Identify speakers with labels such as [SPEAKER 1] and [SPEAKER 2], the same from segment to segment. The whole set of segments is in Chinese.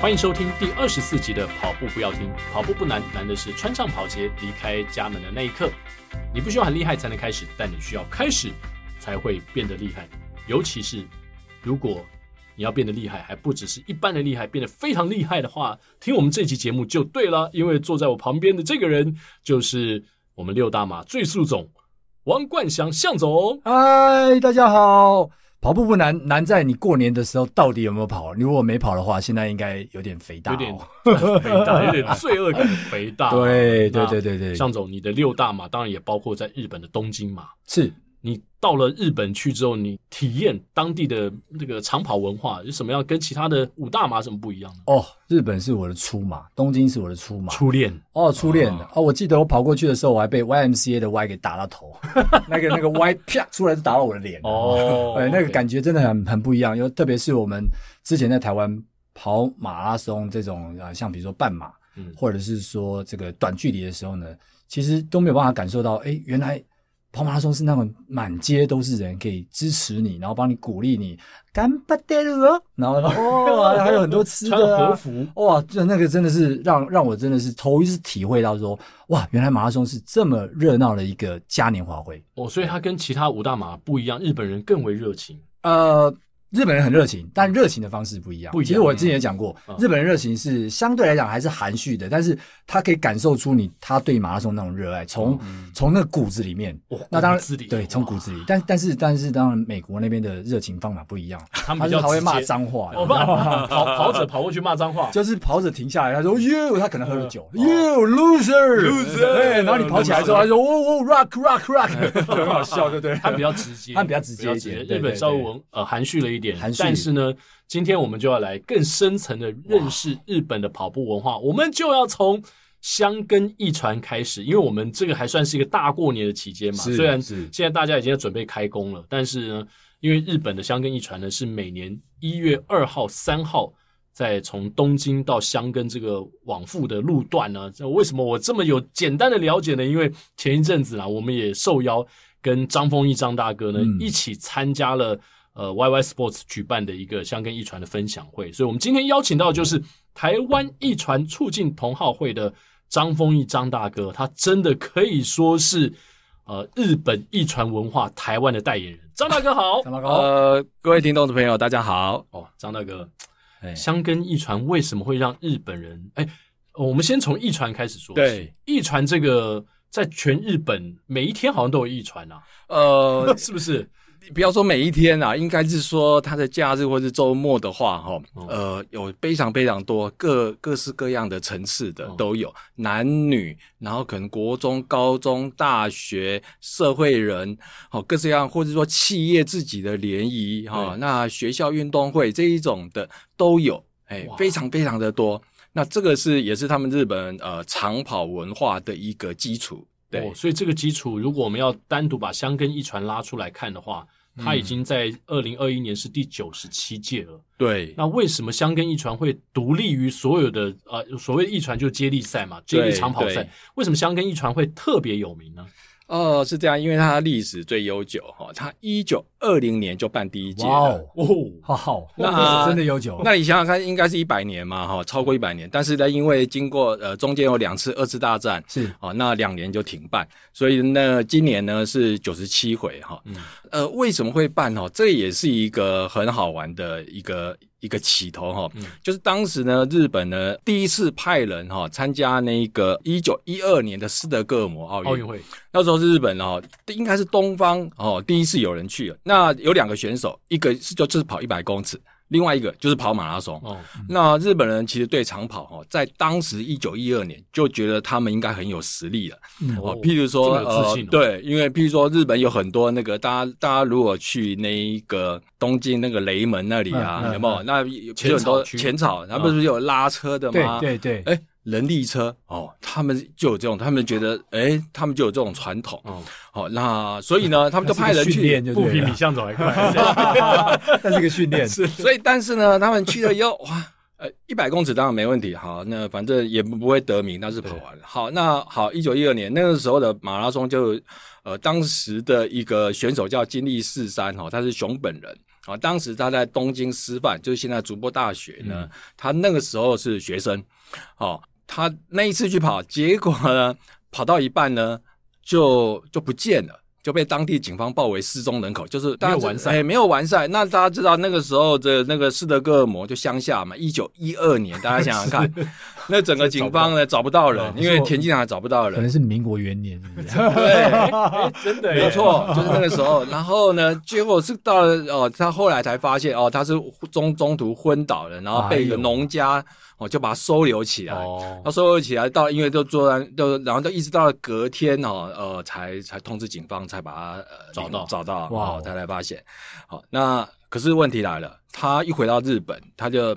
[SPEAKER 1] 欢迎收听第二十四集的《跑步不要停》，跑步不难，难的是穿上跑鞋离开家门的那一刻。你不需要很厉害才能开始，但你需要开始才会变得厉害。尤其是如果你要变得厉害，还不只是一般的厉害，变得非常厉害的话，听我们这期节目就对了。因为坐在我旁边的这个人就是我们六大马最速总王冠祥向总。
[SPEAKER 2] 嗨，大家好！跑步不难，难在你过年的时候到底有没有跑？你如果没跑的话，现在应该有点肥大、哦，
[SPEAKER 1] 有点肥大，哎有点罪恶感的肥大。
[SPEAKER 2] 对
[SPEAKER 1] 那
[SPEAKER 2] 对对对对，
[SPEAKER 1] 向总，你的六大马当然也包括在日本的东京马。
[SPEAKER 2] 是
[SPEAKER 1] 你到了日本去之后，你体验当地的那个长跑文化，有什么样跟其他的五大马什么不一样呢？
[SPEAKER 2] 哦。日本是我的初马，东京是我的初马。
[SPEAKER 1] 初恋，
[SPEAKER 2] 哦，初恋的
[SPEAKER 1] 啊
[SPEAKER 2] 哦，我记得我跑过去的时候，我还被 YMCA 的 Y 给打到头， 那个那个 Y 啪出来就打到我的脸。
[SPEAKER 1] 哦
[SPEAKER 2] 哎，那个
[SPEAKER 1] OK
[SPEAKER 2] 感觉真的很很不一样，因为特别是我们之前在台湾跑马拉松这种呃，像比如说半马，
[SPEAKER 1] 嗯
[SPEAKER 2] 或者是说这个短距离的时候呢，其实都没有办法感受到，哎，原来跑马拉松是那种满街都是人可以支持你，然后帮你鼓励你，干巴爹了，然后哦， 还有很多吃
[SPEAKER 1] 穿
[SPEAKER 2] 的、
[SPEAKER 1] 和
[SPEAKER 2] 啊。
[SPEAKER 1] 服，
[SPEAKER 2] 哇，这那个真的是让让我真的是头一次体会到说，哇，原来马拉松是这么热闹的一个嘉年华会。
[SPEAKER 1] 哦，所以它跟其他五大马不一样，日本人更为热情。
[SPEAKER 2] 呃，日本人很热情，但热情的方式不一样。
[SPEAKER 1] 不一样
[SPEAKER 2] 其实我之前也讲过，
[SPEAKER 1] 嗯
[SPEAKER 2] 日本人热情是相对来讲还是含蓄的，但是他可以感受出你他对马拉松那种热爱，从从、那骨子里面。
[SPEAKER 1] 嗯哦，
[SPEAKER 2] 那当然
[SPEAKER 1] 骨子里，
[SPEAKER 2] 对，从骨
[SPEAKER 1] 哇
[SPEAKER 2] 子里。但但是但是，当然，美国那边的热情方法不一样，
[SPEAKER 1] 他
[SPEAKER 2] 他
[SPEAKER 1] 们比较
[SPEAKER 2] 是还会
[SPEAKER 1] 直
[SPEAKER 2] 骂
[SPEAKER 1] 接，哦
[SPEAKER 2] 脏话，
[SPEAKER 1] 我怕跑跑者跑过去骂脏话，
[SPEAKER 2] 就是跑者停下来，他说哟，他可能喝了酒
[SPEAKER 1] 嗯
[SPEAKER 2] 哟 loser
[SPEAKER 1] Loser
[SPEAKER 2] 对，然后你跑起来之后，他说哦哦 rock rock rock，很 好笑，对不对？
[SPEAKER 1] 他 比较直接，
[SPEAKER 2] 他比较直接一点对对
[SPEAKER 1] 日本稍微文呃含蓄了一点
[SPEAKER 2] 含，蓄
[SPEAKER 1] 但是呢，今天我们就要来更深层的认识日本的跑步文化，我们就要从香根一传开始，因为我们这个还算是一个大过年的期间嘛，
[SPEAKER 2] 是
[SPEAKER 1] 虽然
[SPEAKER 2] 是
[SPEAKER 1] 现在大家已经要准备开工了，但是呢，因为日本的香根一传呢是每年一月二号、三号。在从东京到香根这个往复的路段呢，这为什么我这么有简单的了解呢？因为前一阵子啦，我们也受邀跟张丰毅张大哥呢、
[SPEAKER 2] 嗯
[SPEAKER 1] 一起参加了呃 YY Sports 举办的一个香根一传的分享会，所以我们今天邀请到的就是台湾一传促进同好会的张丰毅张大哥，他真的可以说是呃日本一传文化台湾的代言人。张大哥好，
[SPEAKER 2] 张报告，
[SPEAKER 3] 呃，各位听众的朋友，大家好。
[SPEAKER 1] 哦，张大哥，
[SPEAKER 2] 哎
[SPEAKER 1] 香根一传为什么会让日本人？哎，呃我们先从一传开始说。
[SPEAKER 3] 对，
[SPEAKER 1] 一传这个在全日本每一天好像都有一传啊，
[SPEAKER 3] 呃，
[SPEAKER 1] 是不是？
[SPEAKER 3] 不要说每一天啊，应该是说他的假日或是周末的话，哈，呃，有非常非常多各各式各样的层次的
[SPEAKER 1] 哦
[SPEAKER 3] 都有，男女，然后可能国中、高中、大学、社会人，好、各式各样，或者说企业自己的联谊，哈、
[SPEAKER 1] 对
[SPEAKER 3] 那学校运动会这一种的都有，哎
[SPEAKER 1] 哇，
[SPEAKER 3] 非常非常的多。那这个是也是他们日本呃长跑文化的一个基础，对。
[SPEAKER 1] 哦，所以这个基础，如果我们要单独把香根一传拉出来看的话，它
[SPEAKER 3] 嗯
[SPEAKER 1] 已经在二零二一年是第九十七届了。
[SPEAKER 3] 对，
[SPEAKER 1] 那为什么香根一传会独立于所有的呃所谓一传就是接力赛嘛，接力
[SPEAKER 3] 对
[SPEAKER 1] 长跑赛
[SPEAKER 3] 对？
[SPEAKER 1] 为什么香根一传会特别有名呢？
[SPEAKER 3] 哦，是这样，因为它历史最悠久哈，它一九二零年就办第一届
[SPEAKER 2] 哇
[SPEAKER 3] 了。
[SPEAKER 2] 哦，
[SPEAKER 1] 哦，
[SPEAKER 2] 好好，
[SPEAKER 3] 那
[SPEAKER 2] 真的悠久。
[SPEAKER 3] 那你想想看，应该是一百年嘛，哈，超过一百年。但是呢，因为经过呃中间有两次二次大战，
[SPEAKER 2] 是
[SPEAKER 3] 哦，那两年就停办，所以那今年呢是九十七回哈、
[SPEAKER 1] 嗯
[SPEAKER 3] 呃，为什么会办哈、这也是一个很好玩的一个一个起头哈、
[SPEAKER 1] 嗯
[SPEAKER 3] 就是当时呢，日本呢第一次派人哈、参加那个一九一二年的斯德哥尔摩奥运
[SPEAKER 1] 奥运会
[SPEAKER 3] 那时候是日本哦，应该是东方哦，第一次有人去了。那有两个选手，一个是就就是跑一百公尺，另外一个就是跑马拉松。
[SPEAKER 1] 哦，
[SPEAKER 3] 那日本人其实对长跑哦，在当时一九一二年就觉得他们应该很有实力了。哦，譬如说，
[SPEAKER 1] 这么有自信哦
[SPEAKER 3] 对，因为譬如说日本有很多那个，大家大家如果去那一个东京那个雷门那里啊，
[SPEAKER 2] 嗯嗯
[SPEAKER 3] 有没有？
[SPEAKER 2] 嗯
[SPEAKER 3] 那有
[SPEAKER 1] 浅
[SPEAKER 3] 有很多
[SPEAKER 1] 草区
[SPEAKER 3] 浅草，他们不是有拉车的
[SPEAKER 2] 对
[SPEAKER 3] 吗？
[SPEAKER 2] 对对，
[SPEAKER 3] 哎，人力车哦，他们就有这种，他们觉得哎，他们就有这种传统
[SPEAKER 1] 哦，
[SPEAKER 3] 哦。那所以呢，他们就派人
[SPEAKER 2] 那是个训
[SPEAKER 3] 去
[SPEAKER 2] 练，就
[SPEAKER 1] 不
[SPEAKER 2] 对
[SPEAKER 1] 比
[SPEAKER 2] 了
[SPEAKER 1] 米向总还快。
[SPEAKER 2] 那是个训练，
[SPEAKER 3] 所以但 是呢，他们去了以后，哇，呃，一百公尺当然没问题，好，那反正也不不会得名，那是跑完了。好，那好，一九一二年那个时候的马拉松就，呃，当时的一个选手叫金立四三哦，他是熊本人。啊，当时他在东京师范，就是现在筑波大学呢，他那个时候是学生，哦，他那一次去跑，结果呢，跑到一半呢，就就不见了。就被当地警方报为失踪人口，就是大
[SPEAKER 1] 没
[SPEAKER 3] 家知
[SPEAKER 1] 有完善
[SPEAKER 3] 哎，没有完善。那大家知道那个时候的那个斯德哥尔摩就乡下嘛，一九一二年，大家想想看，那整个警方呢找不到人
[SPEAKER 2] 哦，
[SPEAKER 3] 因为田径场找不到
[SPEAKER 2] 可
[SPEAKER 3] 人
[SPEAKER 2] 能，是民国元 年，是不是
[SPEAKER 3] 对，
[SPEAKER 1] 哎真的耶
[SPEAKER 3] 没有，错，就是那个时候。然后呢，结果是到了哦，他后来才发现哦，他是中中途昏倒了，然后被一个
[SPEAKER 2] 哎呦
[SPEAKER 3] 农家哦就把他收留起来。
[SPEAKER 1] 哦
[SPEAKER 3] 他，收留起来到，因为都做完，就然后就一直到了隔天哦，呃，才才通知警方，才把他、呃、
[SPEAKER 1] 找
[SPEAKER 3] 领
[SPEAKER 1] 到
[SPEAKER 3] 找
[SPEAKER 2] 哇
[SPEAKER 3] 到，哇、哦，他才发现。好、那可是问题来了，他一回到日本，他就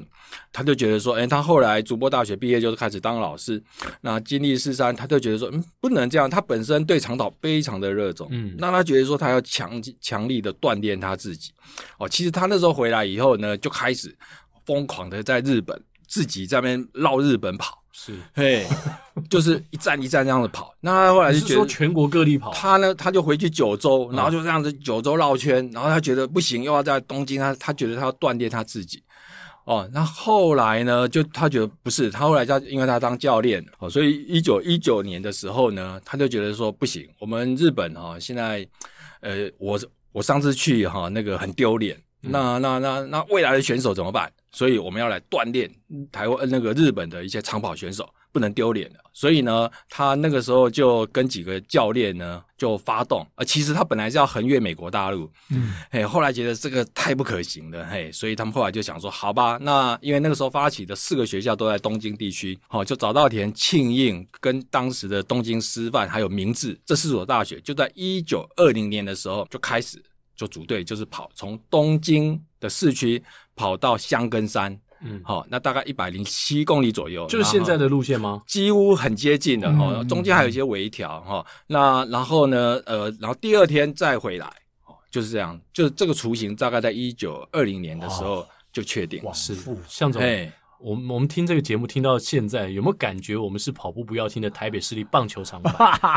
[SPEAKER 3] 他就觉得说，哎、他后来筑波大学毕业就是开始当老师，那经历四三，他就觉得说，嗯，不能这样。他本身对长岛非常的热衷，
[SPEAKER 1] 嗯
[SPEAKER 3] 那他觉得说他要强强力的锻炼他自己。哦，其实他那时候回来以后呢，就开始疯狂的在日本自己在那边绕日本跑。
[SPEAKER 1] 是，
[SPEAKER 3] 嘿，就是一站一站这样子跑。那他后来
[SPEAKER 1] 你
[SPEAKER 3] 就是觉得
[SPEAKER 1] 说全国各地跑？
[SPEAKER 3] 他呢，他就回去九州，然后就这样子九州绕圈，然后他觉得不行，又要在东京，他他觉得他要锻炼他自己。哦，那后来呢？就他觉得不是，他后来他因为他当教练哦，所以一九一九年的时候呢，他就觉得说不行，我们日本哈、哦、现在，呃，我我上次去哈、那个很丢脸，
[SPEAKER 1] 嗯
[SPEAKER 3] 那那那那未来的选手怎么办？所以我们要来锻炼台湾呃那个日本的一些长跑选手，不能丢脸的。所以呢，他那个时候就跟几个教练呢就发动，呃，其实他本来是要横越美国大陆，
[SPEAKER 2] 嗯，
[SPEAKER 3] 嘿，后来觉得这个太不可行了，嘿，所以他们后来就想说，好吧，那因为那个时候发起的四个学校都在东京地区，哦，就早稻田、庆应跟当时的东京师范还有明治这四所大学，就在一九二零年的时候就开始就组队，就是跑从东京的市区跑到箱根山，
[SPEAKER 1] 嗯，
[SPEAKER 3] 好、那大概一百零七公里左右，
[SPEAKER 1] 就是现在
[SPEAKER 3] 的。
[SPEAKER 1] 的路线吗？
[SPEAKER 3] 几乎很接近了哈、哦
[SPEAKER 2] 嗯，
[SPEAKER 3] 中间还有一些微调
[SPEAKER 1] 嗯
[SPEAKER 3] 哈、哦。那然后呢，呃，然后第二天再回来，哦，就是这样，就是这个雏形大概在一九二零年的时候就确定。
[SPEAKER 2] 往
[SPEAKER 1] 是
[SPEAKER 2] 复，
[SPEAKER 1] 向总，
[SPEAKER 3] 哎，
[SPEAKER 1] 我们我们听这个节目听到现在，有没有感觉我们是跑步不要听的台北市立棒球场版，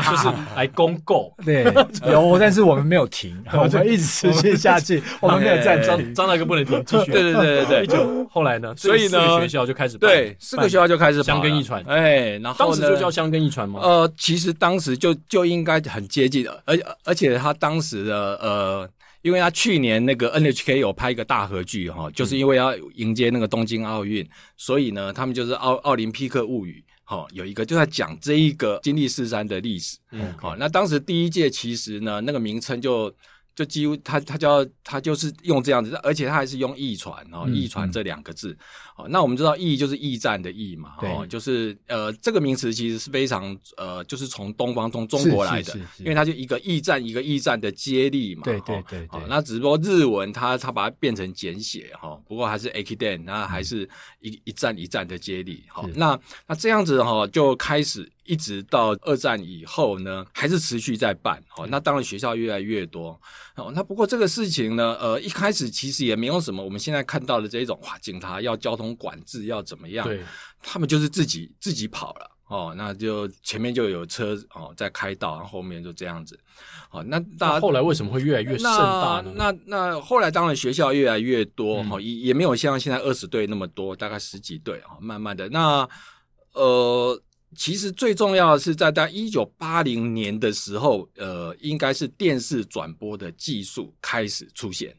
[SPEAKER 1] 就是来公购？
[SPEAKER 2] 对，有，但是我们没有停，我们一直持续下 去，我们没有暂
[SPEAKER 3] 哎
[SPEAKER 2] 停。
[SPEAKER 1] 张大哥不能听，继续。
[SPEAKER 3] 对对对对对
[SPEAKER 1] 对，后来呢？
[SPEAKER 3] 所以呢
[SPEAKER 1] 这个四个学校就开始办
[SPEAKER 3] 对，四个学，校就开始跑了
[SPEAKER 1] 箱根一传
[SPEAKER 3] 哎，然
[SPEAKER 1] 办当
[SPEAKER 3] 后
[SPEAKER 1] 时
[SPEAKER 3] 呢？
[SPEAKER 1] 就叫香根一传吗？
[SPEAKER 3] 呃，其实当时就就应该很接近的，而而且他当时的呃，因为他去年那个 NHK 有拍一个大合剧
[SPEAKER 1] 嗯
[SPEAKER 3] 哈、就是因为要迎接那个东京奥运，所以呢，他们就是奥奥林匹克物语。好、有一个就在讲这一个金历四山的历史。
[SPEAKER 1] 嗯
[SPEAKER 3] 好、那当时第一届其实呢，那个名称就就几乎他他叫他就是用这样子，而且他还是用驿传哦，
[SPEAKER 2] 嗯
[SPEAKER 3] 驿传
[SPEAKER 2] 嗯
[SPEAKER 3] 这两个字。哦，那我们知道驿就是驿站的驿嘛，
[SPEAKER 2] 对
[SPEAKER 3] 哦，就是呃这个名词其实是非常呃就是从东方从中国来的
[SPEAKER 2] 是是是，是
[SPEAKER 3] 因为它就一个驿站一个驿站的接力嘛，
[SPEAKER 2] 对对
[SPEAKER 3] 哦
[SPEAKER 2] 对
[SPEAKER 3] 哦
[SPEAKER 2] 对，
[SPEAKER 3] 那只不过日文它它把它变成简写哈、哦，不过还是 akiden，那
[SPEAKER 1] 嗯
[SPEAKER 3] 还是一、一站一站的接力哈、哦
[SPEAKER 2] 是。
[SPEAKER 3] 那那这样子哈、哦，就开始一直到二战以后呢，还是持续在办
[SPEAKER 1] 嗯
[SPEAKER 3] 哦。那当然学校越来越多哦。那不过这个事情呢，呃，一开始其实也没有什么我们现在看到的这一种哇，警察要交通管制要怎么样，
[SPEAKER 1] 对，
[SPEAKER 3] 他们就是自己自己跑了哦，那就前面就有车哦在开道，然后后面就这样子。哦，那大
[SPEAKER 1] 那
[SPEAKER 3] 家
[SPEAKER 1] 后来为什么会越来越盛大呢？
[SPEAKER 3] 那那那后来当然学校越来越多
[SPEAKER 1] 嗯
[SPEAKER 3] 哈，也、也没有像现在二十队那么多，大概十几队哈，慢慢的那呃。其实最重要的是，在大概一九八零年的时候，呃，应该是电视转播的技术开始出现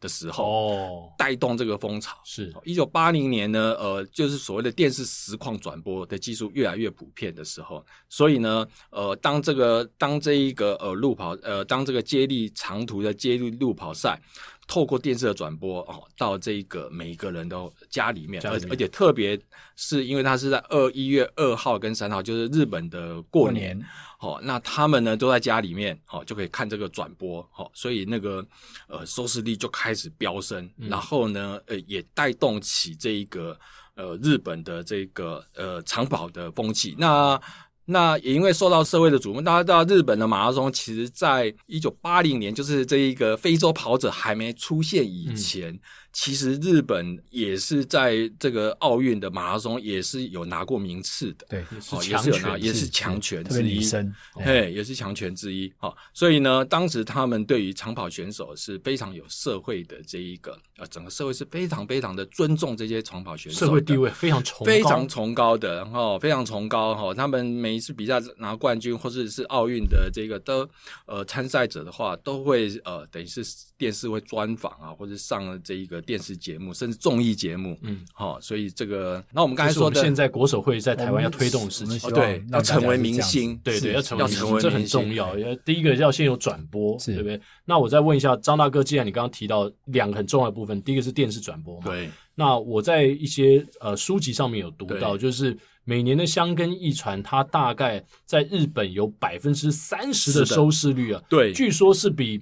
[SPEAKER 3] 的时候，
[SPEAKER 1] 哦，
[SPEAKER 3] 带动这个风潮。
[SPEAKER 1] 是
[SPEAKER 3] 一九八零年呢，呃，就是所谓的电视实况转播的技术越来越普遍的时候，所以呢，呃，当这个当这一个呃路跑呃当这个接力长途的接力路跑赛，透过电视的转播哦，到这一个每一个人都家里面，
[SPEAKER 1] 家里
[SPEAKER 3] 而
[SPEAKER 1] 面
[SPEAKER 3] 而且特别是因为它是在二一月二号跟三号，就是日本的过年，哦，那他们呢都在家里面，哦，就可以看这个转播，哦，所以那个呃收视率就开始飙升，
[SPEAKER 1] 嗯
[SPEAKER 3] 然后呢，呃，也带动起这一个呃日本的这个呃长跑的风气。那那也因为受到社会的瞩目，大家知道日本的马拉松，其实在一九八零年，就是这一个非洲跑者还没出现以前，其实日本也是在这个奥运的马拉松也是有拿过名次的，
[SPEAKER 2] 对，
[SPEAKER 1] 也是
[SPEAKER 3] 哦，也
[SPEAKER 1] 强
[SPEAKER 3] 是有拿，
[SPEAKER 1] 权
[SPEAKER 3] 也是
[SPEAKER 1] 制，
[SPEAKER 3] 强权
[SPEAKER 2] 特别
[SPEAKER 3] 之
[SPEAKER 2] 女
[SPEAKER 3] 一。
[SPEAKER 2] 生，
[SPEAKER 1] 哦
[SPEAKER 2] 对
[SPEAKER 3] 嘿，也是强权之一。好、所以呢，当时他们对于长跑选手是非常有社会的这一个呃，整个社会是非常非常的尊重这些长跑选手的，
[SPEAKER 1] 社会地位非常崇高，
[SPEAKER 3] 非常崇高的哦，非常崇高哈、哦。他们每一次比赛拿冠军或者是奥运的这个都呃参赛者的话，都会呃等于是电视会专访啊，或者上了这一个电视节目，甚至综艺节目。
[SPEAKER 1] 嗯，
[SPEAKER 3] 好、所以这个那我们刚
[SPEAKER 1] 这
[SPEAKER 3] 才
[SPEAKER 1] 是我
[SPEAKER 3] 说
[SPEAKER 1] 们
[SPEAKER 3] 的
[SPEAKER 1] 现在国手会在台湾要推动的
[SPEAKER 2] 我
[SPEAKER 1] 事
[SPEAKER 2] 们
[SPEAKER 1] 情
[SPEAKER 2] 希。
[SPEAKER 3] 哦，
[SPEAKER 2] 望
[SPEAKER 3] 对，
[SPEAKER 2] 让
[SPEAKER 3] 要
[SPEAKER 2] 大家
[SPEAKER 3] 成为
[SPEAKER 2] 是这
[SPEAKER 3] 明
[SPEAKER 2] 样子
[SPEAKER 3] 星，
[SPEAKER 1] 对对，
[SPEAKER 2] 是
[SPEAKER 1] 要成为
[SPEAKER 3] 要
[SPEAKER 1] 明
[SPEAKER 3] 成
[SPEAKER 1] 星
[SPEAKER 3] 为
[SPEAKER 1] 这很
[SPEAKER 3] 明星
[SPEAKER 1] 重要。要第一个要先有转播，
[SPEAKER 2] 是
[SPEAKER 1] 对不对？那我再问一下张大哥，既然你刚刚提到两个很重要的部分，第一个是电视转播嘛，
[SPEAKER 3] 对
[SPEAKER 1] 那我在一些呃书籍上面有读到，
[SPEAKER 3] 对
[SPEAKER 1] 就是每年的香根一传，它大概在日本有百分之三十的
[SPEAKER 3] 是的
[SPEAKER 1] 收视率啊，
[SPEAKER 3] 对
[SPEAKER 1] 据说是比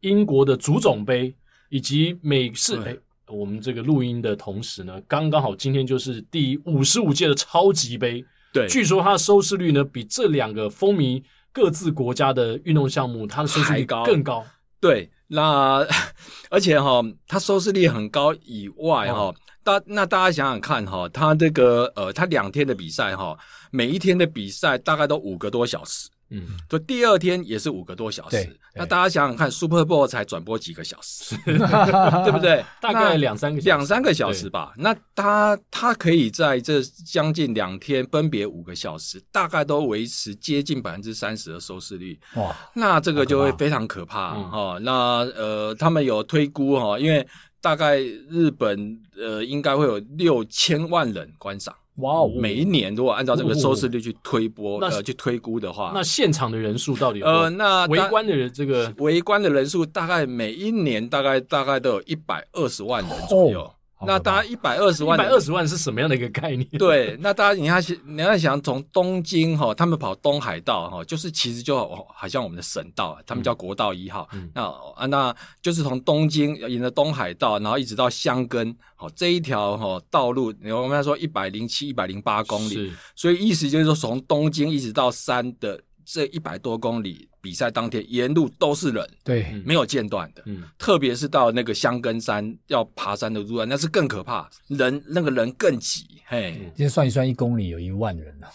[SPEAKER 1] 英国的足总杯以及美式
[SPEAKER 3] 对
[SPEAKER 1] 哎。我们这个录音的同时呢，刚刚好今天就是第五十五届的超级杯，
[SPEAKER 3] 对，
[SPEAKER 1] 据说它的收视率呢比这两个风靡各自国家的运动项目，它的收视率
[SPEAKER 3] 还高
[SPEAKER 1] 更高。
[SPEAKER 3] 对，那 而且哈、它收视率很高以外哈、
[SPEAKER 1] 哦
[SPEAKER 3] 大那大家想想看哈、它这个呃，它两天的比赛哈、每一天的比赛大概都五个多小时，
[SPEAKER 1] 嗯，
[SPEAKER 3] 就第二天也是五个多小
[SPEAKER 2] 对
[SPEAKER 3] 时
[SPEAKER 2] 对。
[SPEAKER 3] 那大家想想看，Super Bowl 才转播几个小时，对
[SPEAKER 2] 对
[SPEAKER 3] 不？ 对？
[SPEAKER 1] 大概
[SPEAKER 3] 那
[SPEAKER 1] 两三个小时
[SPEAKER 3] 两三个小时吧。那他他可以在这将近两天，分别五个小时，大概都维持接近百分之三十的收视率。
[SPEAKER 2] 哇，
[SPEAKER 3] 那这个就
[SPEAKER 2] 好
[SPEAKER 3] 会
[SPEAKER 2] 可怕
[SPEAKER 3] 非常可怕
[SPEAKER 1] 嗯
[SPEAKER 3] 哦。那呃，他们有推估哈、哦，因为大概日本呃应该会有六千万人观赏。
[SPEAKER 2] 哇哦，
[SPEAKER 3] 每一年如果按照这个收视率去推播、
[SPEAKER 1] 哦那是
[SPEAKER 3] 呃去推估的话，
[SPEAKER 1] 那现场的人数到底有多
[SPEAKER 3] 呃那
[SPEAKER 1] 围
[SPEAKER 3] 大
[SPEAKER 1] 观的人这个
[SPEAKER 3] 围观的人数大概每一年大概大概都有一百二十万人左右。
[SPEAKER 1] 哦
[SPEAKER 2] 好可怕
[SPEAKER 3] 那大概一百二十
[SPEAKER 1] 一
[SPEAKER 3] 万
[SPEAKER 1] 百
[SPEAKER 3] 人，
[SPEAKER 1] 二十万是什么样的一个概 念？
[SPEAKER 3] 对，那大家你要想，你要想从东京哈、他们跑东海道哈、就是其实就好好像我们的省道啊，他们叫国道一号。
[SPEAKER 1] 嗯
[SPEAKER 3] 那啊，那就是从东京沿着东海道，然后一直到箱根，好、这一条哈、道路，我们说一百零七、一百零八公里，
[SPEAKER 1] 是
[SPEAKER 3] 所以意思就是说从东京一直到山的这一百多公里，比赛当天沿路都是人，
[SPEAKER 2] 对，
[SPEAKER 3] 没有间断的。
[SPEAKER 1] 嗯，
[SPEAKER 3] 特别是到那个箱根山要爬山的路段，那是更可怕，人那个人更挤，嘿，
[SPEAKER 1] 嗯
[SPEAKER 2] 今天算一算，一公里有一万人了，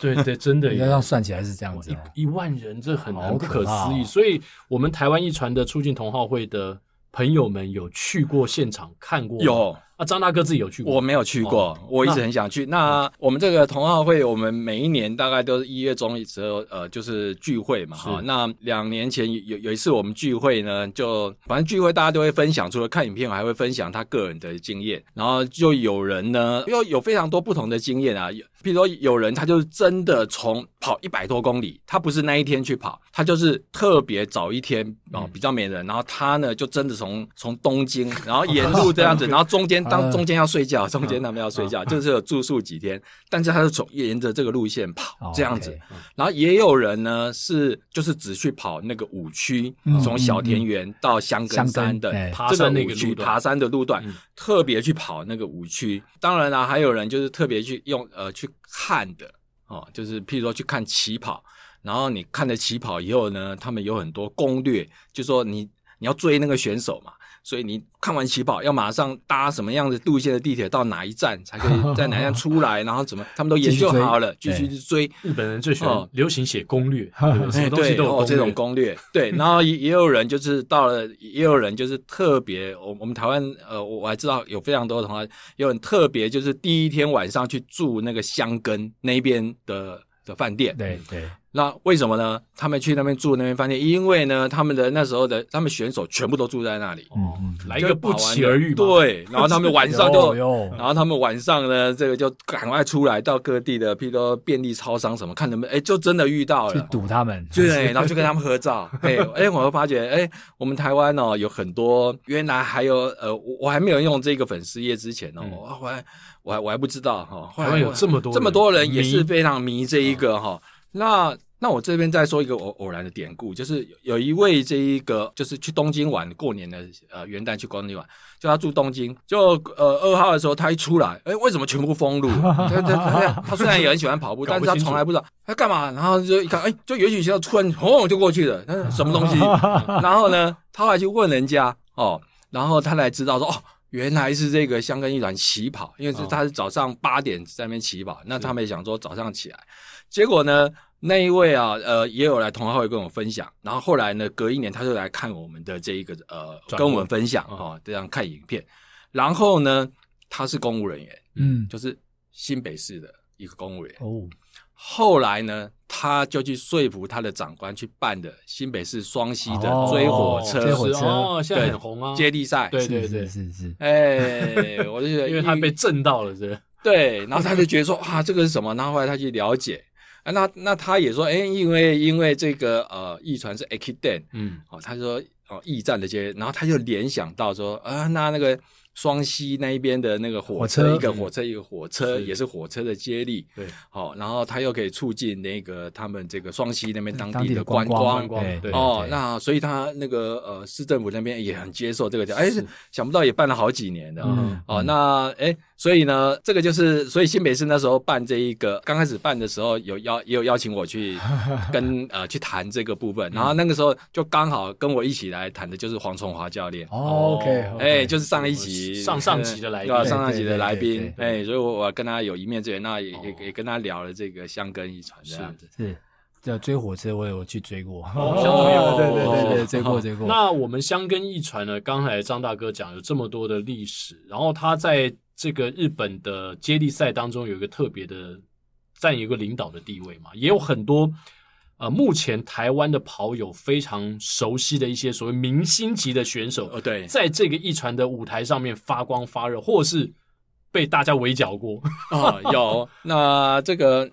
[SPEAKER 1] 对对对，真的
[SPEAKER 2] 你要这样算起来是这样子哦，
[SPEAKER 1] 一一万人，这很
[SPEAKER 2] 好
[SPEAKER 1] 很不可
[SPEAKER 2] 可怕
[SPEAKER 1] 思
[SPEAKER 2] 哦
[SPEAKER 1] 议。所以，我们台湾一传的促进同好会的朋友们有去过现场看过吗？
[SPEAKER 3] 有，
[SPEAKER 1] 啊，张大哥自己有去过，
[SPEAKER 3] 我没有去过，
[SPEAKER 1] 哦嗯
[SPEAKER 3] 我一直很想去。那我们这个同好会，我们每一年大概都是一月中的时候，呃，就是聚会嘛，
[SPEAKER 1] 是
[SPEAKER 3] 哈。那两年前有有一次我们聚会呢，就反正聚会大家都会分享，除了看影片，我还会分享他个人的经验。然后就有人呢，又有非常多不同的经验啊，有譬如说有人他就是真的从跑一百多公里，他不是那一天去跑，他就是特别早一天哦
[SPEAKER 1] 嗯，
[SPEAKER 3] 比较没人，然后他呢就真的从从东京，然后沿路这 样子，然后中间当
[SPEAKER 2] 啊
[SPEAKER 3] 中。中间要睡觉，中间他们要睡觉，就是有住宿几天，但是他就从沿着这个路线
[SPEAKER 2] 哦
[SPEAKER 3] 跑这样子
[SPEAKER 2] OK。
[SPEAKER 3] 然后也有人呢是就是只去跑那个五区
[SPEAKER 2] 嗯，
[SPEAKER 3] 从小田园到香根山
[SPEAKER 2] 香根
[SPEAKER 3] 的
[SPEAKER 2] 哎
[SPEAKER 1] 爬
[SPEAKER 3] 这个
[SPEAKER 1] 山那
[SPEAKER 3] 五
[SPEAKER 1] 个路
[SPEAKER 3] 区
[SPEAKER 1] 段
[SPEAKER 3] 爬山的路段
[SPEAKER 1] 嗯，
[SPEAKER 3] 特别去跑那个五区。当然啦，还有人就是特别去用呃去看的哦，就是譬如说去看起跑，然后你看了起跑以后呢，他们有很多攻略，就说你你要追那个选手嘛，所以你看完起跑要马上搭什么样的路线的地铁到哪一站才可 以在哪一站出来，然后怎么他们都研究好了，
[SPEAKER 2] 继
[SPEAKER 3] 继
[SPEAKER 2] 续追
[SPEAKER 3] 续去追。
[SPEAKER 1] 日本人最喜欢
[SPEAKER 3] 哦
[SPEAKER 1] 流行写攻 略，对不对什么
[SPEAKER 3] 哎
[SPEAKER 1] 东西
[SPEAKER 3] 对，
[SPEAKER 1] 都有
[SPEAKER 3] 哦，
[SPEAKER 1] 攻
[SPEAKER 3] 这种
[SPEAKER 1] 略。
[SPEAKER 3] 攻略，对，然后也也有人就是到了，也有人就是特别，我我们台湾，呃，我我还知道有非常多的同行，有人特别就是第一天晚上去住那个香根那边的的饭店，
[SPEAKER 2] 对对，
[SPEAKER 3] 那为什么呢？他们去那边住那边饭店，因为呢，他们的那时候的他们选手全部都住在那里，
[SPEAKER 1] 哦
[SPEAKER 2] 嗯
[SPEAKER 1] 来一个
[SPEAKER 3] 就跑
[SPEAKER 1] 不
[SPEAKER 3] 完了
[SPEAKER 1] 期而遇嘛，
[SPEAKER 3] 对，然后他们晚上就，
[SPEAKER 2] 有
[SPEAKER 3] 然后他们晚上呢，这个就赶快出来到各地的，譬如说便利超商什么，看能不能，哎，就真的遇到
[SPEAKER 2] 有去
[SPEAKER 3] 了。
[SPEAKER 2] 堵他们，
[SPEAKER 3] 对，然后就跟他们 合照。哎哎，我会发觉，哎，我们台湾哦，有很多原来还有呃，我我还没有用这个粉丝页之前哦，
[SPEAKER 1] 嗯
[SPEAKER 3] 我我还我还我还不知道哈、后
[SPEAKER 1] 台
[SPEAKER 3] 来
[SPEAKER 1] 湾有
[SPEAKER 3] 我
[SPEAKER 1] 这么多
[SPEAKER 3] 这么多人也是
[SPEAKER 1] 迷哦
[SPEAKER 3] 非常迷这一个哈、那那我这边再说一个偶偶然的典故，就是有有一位这一个就是去东京玩过年的呃元旦去东京玩，就他住东京，就呃二号的时候他一出来，哎、为什么全部 封路？他他他他虽然也很喜欢跑步，
[SPEAKER 1] 搞
[SPEAKER 3] 但
[SPEAKER 1] 不
[SPEAKER 3] 是他
[SPEAKER 1] 清楚
[SPEAKER 3] 从来不知道他干嘛，然后就一看，哎、就也许学校突然轰就过去了， 那是什么东西？然后呢，他还去问人家哦，然后他才知道说哦。原来是这个香根一团起跑，因为是
[SPEAKER 1] 哦
[SPEAKER 3] 他是早上八点在那边起跑，那他们也想说早上起来，结果呢，那一位啊，呃，也有来同好会跟我分享，然后后来呢，隔一年他就来看我们的这一个呃，
[SPEAKER 1] 转播
[SPEAKER 3] 跟我们分享
[SPEAKER 1] 嗯
[SPEAKER 3] 哦，这样看影片，然后呢，他是公务人员，
[SPEAKER 2] 嗯，
[SPEAKER 3] 就是新北市的一个公务员，
[SPEAKER 2] 哦，
[SPEAKER 3] 后来呢，他就去说服他的长官去办的新北市双溪的追火
[SPEAKER 1] 哦
[SPEAKER 3] 车、
[SPEAKER 2] 追火
[SPEAKER 1] 是
[SPEAKER 2] 车
[SPEAKER 1] 哦，现在很红啊，
[SPEAKER 3] 接力赛。
[SPEAKER 1] 对
[SPEAKER 2] 是
[SPEAKER 1] 对对
[SPEAKER 2] 是，是是，
[SPEAKER 3] 哎，我就觉得，
[SPEAKER 1] 因为他被震到了，是不是
[SPEAKER 3] 对，然后他就觉得说啊，这个是什么？然后后来他去了解，啊、那那他也说，哎，因为因为这个呃，驿传是 a k i d e n
[SPEAKER 1] 嗯，
[SPEAKER 3] 哦，他说哦，驿站的接，然后他就联想到说啊，那那个双溪那一边的那个火车，
[SPEAKER 2] 火车
[SPEAKER 3] 一个火车一个火
[SPEAKER 1] 嗯
[SPEAKER 3] 车，
[SPEAKER 1] 是
[SPEAKER 3] 也是火车的接力，
[SPEAKER 1] 对，
[SPEAKER 3] 好、然后他又可以促进那个他们这个双溪那
[SPEAKER 1] 嗯
[SPEAKER 3] 边当
[SPEAKER 2] 当地
[SPEAKER 3] 的
[SPEAKER 2] 的
[SPEAKER 3] 观
[SPEAKER 2] 观
[SPEAKER 1] 观光
[SPEAKER 2] 对
[SPEAKER 1] 对
[SPEAKER 3] 哦，那所以他那个呃市政府那边也很接受这个奖，哎，
[SPEAKER 1] 是
[SPEAKER 3] 想不到也办了好几年的哦。
[SPEAKER 2] 嗯
[SPEAKER 3] 哦，那哎，所以呢，这个就是，所以新北市那时候办这一个，刚开始办的时候有邀，也有邀请我去跟呃去谈这个部分，然后那个时候就刚好跟我一起来谈的就是黄崇华教练，
[SPEAKER 2] 哦 OK，
[SPEAKER 3] 哎，就是上一集
[SPEAKER 1] 上上集的来宾
[SPEAKER 3] 对啊上上集
[SPEAKER 2] 对
[SPEAKER 3] 的
[SPEAKER 2] 对对
[SPEAKER 3] 来
[SPEAKER 2] 对
[SPEAKER 3] 宾
[SPEAKER 2] 对，
[SPEAKER 3] 哎，所以我我跟他有一面之缘，那也
[SPEAKER 1] 哦
[SPEAKER 3] 也也跟他聊了这个香根一传这样子，
[SPEAKER 2] 是这追火车，我有去追过，
[SPEAKER 1] 哦相当于有
[SPEAKER 2] 对对对
[SPEAKER 1] 哦
[SPEAKER 2] 对，追过追过。
[SPEAKER 1] 那我们香根一传呢？刚才张大哥讲有这么多的历史，然后他在这个日本的接力赛当中有一个特别的，占有一个领导的地位嘛，也有很多呃，目前台湾的跑友非常熟悉的一些所谓明星级的选手，
[SPEAKER 3] 哦，对，
[SPEAKER 1] 在这个一传的舞台上面发光发热，或是被大家围剿 过。
[SPEAKER 3] 哦，有那这个。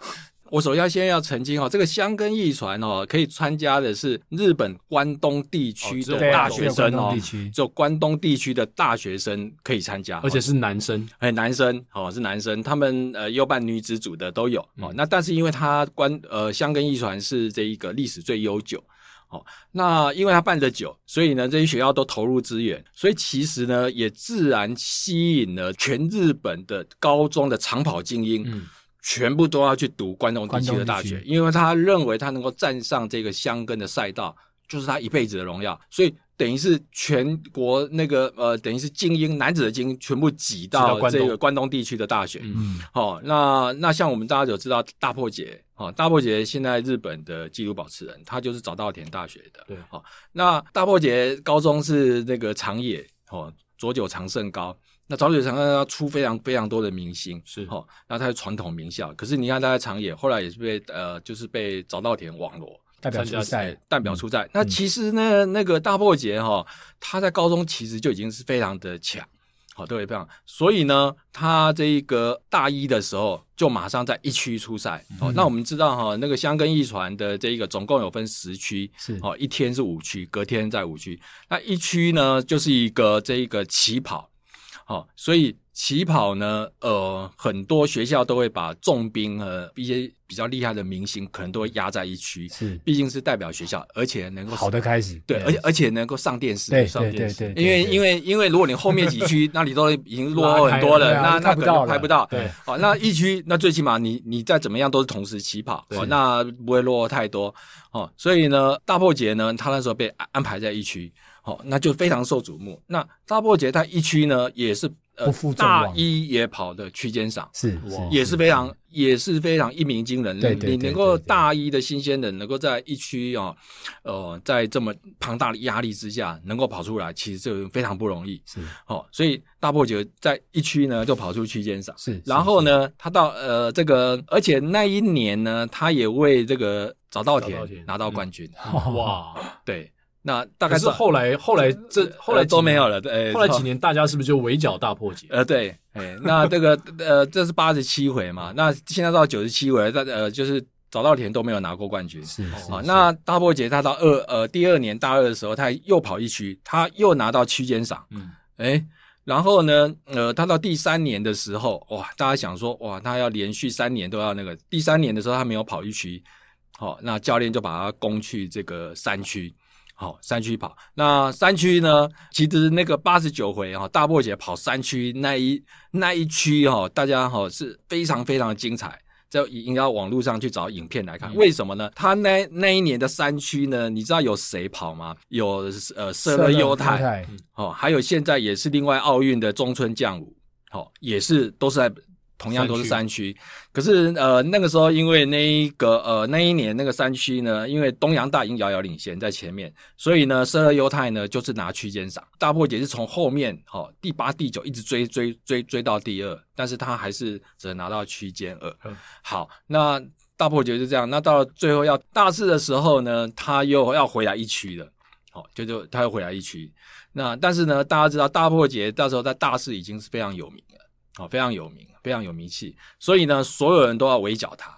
[SPEAKER 3] 我首要先要澄清哦，这个香根一传哦，可以参加的是日本关东地区
[SPEAKER 1] 哦只有
[SPEAKER 3] 的
[SPEAKER 1] 关
[SPEAKER 3] 大
[SPEAKER 1] 东
[SPEAKER 3] 学生哦
[SPEAKER 2] 地，区
[SPEAKER 3] 只有关东地区的大学生可以参加，
[SPEAKER 1] 而且是男生，
[SPEAKER 3] 哎男生哦是男生，他们呃优办女子组的都有哦。
[SPEAKER 1] 嗯
[SPEAKER 3] 那但是因为他关呃香根一传是这一个历史最悠久。哦，那因为他办得久，所以呢，这些学校都投入资源，所以其实呢，也自然吸引了全日本的高中的长跑精英，
[SPEAKER 1] 嗯，
[SPEAKER 3] 全部都要去读关东地区的大
[SPEAKER 2] 关
[SPEAKER 3] 学
[SPEAKER 2] 东，地
[SPEAKER 3] 因为他认为他能够站上这个香根的赛道，就是他一辈子的荣耀，所以等于是全国那个呃，等于是精英男子的精英全部挤
[SPEAKER 1] 挤到
[SPEAKER 3] 到
[SPEAKER 1] 关东
[SPEAKER 3] 这个关东地区的大学。
[SPEAKER 1] 嗯
[SPEAKER 2] 嗯，
[SPEAKER 3] 哦，那那像我们大家有知道大破解，哦，大破解现在日本的纪录保持人，他就是早稻田大学的。
[SPEAKER 1] 对
[SPEAKER 3] 哦，那大破解高中是那个长野，哦，佐久长盛高。那早久长盛高出非常非常多的明星，
[SPEAKER 1] 是
[SPEAKER 3] 哦，那他是传统名校，可是你看他在长野，后来也是被呃，就是被早稻田网罗，
[SPEAKER 2] 代表出
[SPEAKER 1] 参
[SPEAKER 2] 赛嗯
[SPEAKER 3] 哎，代表出赛。那其实呢，那个大破节哈、他在高中其实就已经是非常的强，哦好、对，非常。所以呢，他这一个大一的时候就马上在一区出赛。
[SPEAKER 2] 嗯
[SPEAKER 3] 哦，那我们知道哈、那个香根一传的这一个总共有分十区，
[SPEAKER 2] 是
[SPEAKER 3] 哦，一天是五区，隔天在五区。那一区呢，就是一个这一个起跑，好、所以起跑呢，呃，很多学校都会把重兵和一些比较厉害的明星，可能都会压在一区，
[SPEAKER 2] 是
[SPEAKER 3] 毕竟是代表学校，而且能够
[SPEAKER 2] 好的开始，
[SPEAKER 3] 对，而且而且能够上电视。
[SPEAKER 2] 对
[SPEAKER 1] 上
[SPEAKER 2] 对
[SPEAKER 1] 电
[SPEAKER 2] 对
[SPEAKER 1] 视
[SPEAKER 2] 对，对
[SPEAKER 3] 因为
[SPEAKER 2] 对
[SPEAKER 3] 因为因为如果你后面几 区那里都已经落后很多
[SPEAKER 1] 拉
[SPEAKER 3] 了，
[SPEAKER 2] 开了对啊
[SPEAKER 3] 那
[SPEAKER 2] 就
[SPEAKER 3] 那
[SPEAKER 2] 看不
[SPEAKER 3] 可能
[SPEAKER 2] 到
[SPEAKER 3] 就
[SPEAKER 2] 了
[SPEAKER 3] 拍不到。
[SPEAKER 1] 对，
[SPEAKER 3] 哦，那一区那最起码你你再怎么样都是同时起跑，
[SPEAKER 1] 对
[SPEAKER 3] 哦，那不会落后太多。哦，所以呢，大破节呢，他那时候被安安排在一区，哦，那就非常受瞩目。那大破节他一区呢也是呃
[SPEAKER 2] 不负众望
[SPEAKER 3] 大一也跑的区间赏，
[SPEAKER 2] 是
[SPEAKER 1] 哇
[SPEAKER 2] 是
[SPEAKER 3] 也是非
[SPEAKER 1] 嗯
[SPEAKER 3] 常也是非常一鸣惊人。
[SPEAKER 2] 对对
[SPEAKER 3] 你
[SPEAKER 2] 对
[SPEAKER 3] 能够
[SPEAKER 2] 对对
[SPEAKER 3] 大一的新鲜人能够在一区啊，呃，在这么庞大的压力之下能够跑出来，其实这个非常不容易。
[SPEAKER 2] 是
[SPEAKER 3] 哦，所以大破节在一区呢就跑出区间赏。
[SPEAKER 2] 是，
[SPEAKER 3] 然后呢，他到呃这个，而且那一年呢，他也为这个早稻田
[SPEAKER 1] 早稻田
[SPEAKER 3] 拿到冠军。
[SPEAKER 2] 哇，
[SPEAKER 1] 嗯哇！
[SPEAKER 3] 对，那大
[SPEAKER 1] 可
[SPEAKER 3] 概
[SPEAKER 1] 是后来后来这后来
[SPEAKER 3] 呃都没有
[SPEAKER 1] 了。
[SPEAKER 3] 了。对，
[SPEAKER 1] 后来几年大家是不是就围剿大破解？
[SPEAKER 3] 呃，对，哎、那这个呃，这是八十七回嘛，那现在到九十七回，但呃，就是早稻田都没有拿过冠军。
[SPEAKER 2] 是是
[SPEAKER 3] 啊，那大波姐她到二呃第二年大二的时候，她又跑一区，她又拿到区间赏，
[SPEAKER 1] 嗯，
[SPEAKER 3] 哎、然后呢，呃，她到第三年的时候，哇，大家想说，哇，她要连续三年都要那个，第三年的时候她没有跑一区，好、那教练就把她攻去这个山区，好、山区跑。那山区呢，其实那个八十九回哈、大波姐跑山区那一那一区哈、大家哈、是非常非常精彩。在应该网络上去找影片来看。为什么呢？他那那一年的山区呢，你知道有谁跑吗？有
[SPEAKER 2] 色
[SPEAKER 3] 呃舍勒
[SPEAKER 2] 勒
[SPEAKER 3] 优
[SPEAKER 2] 太
[SPEAKER 3] 太哦，还有现在也是另外奥运的中村将武，哦，也是都是在。同样都是山区，可是呃那个时候因为那一个呃那一年那个山区呢，因为东洋大已经遥遥领先在前面，所以呢，舍勒犹太呢就是拿区间赏，大破解是从后面哦第八第九一直追追追追到第二，但是他还是只能拿到区间二。
[SPEAKER 1] 嗯
[SPEAKER 3] 好，那大破解就这样，那到了最后要大四的时候呢，他又要回来一区了。好、就就他又回来一区，那但是呢，大家知道大破节到时候在大市已经是非常有名了，好、非常有名，非常有名气，所以呢，所有人都要围剿他，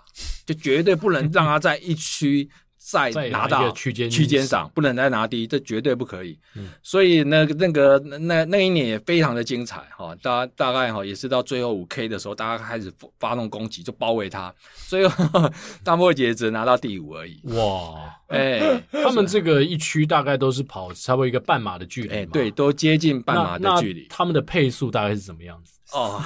[SPEAKER 3] 就绝对不能让他在 一区再
[SPEAKER 1] 再拿
[SPEAKER 3] 拿
[SPEAKER 1] 一
[SPEAKER 3] 到
[SPEAKER 1] 个区间
[SPEAKER 3] 区间
[SPEAKER 1] 赏
[SPEAKER 3] 赏，不能再拿第一，这绝对不可以。
[SPEAKER 1] 嗯
[SPEAKER 3] 所以那个那个那那一年也非常的精彩哈、大大概哈、也是到最后五 K 的时候，大家开始发动攻击，就包围他，最后 大破节只拿到第五 而已。
[SPEAKER 1] 哇，
[SPEAKER 3] 哎、
[SPEAKER 1] 他们这个一区大概都是跑差不多一个半马的距离
[SPEAKER 3] 哎、
[SPEAKER 1] 嘛
[SPEAKER 3] 对，都接近半马的
[SPEAKER 1] 那
[SPEAKER 3] 距离
[SPEAKER 1] 那。他们的配速大概是怎么样子？
[SPEAKER 3] 哦，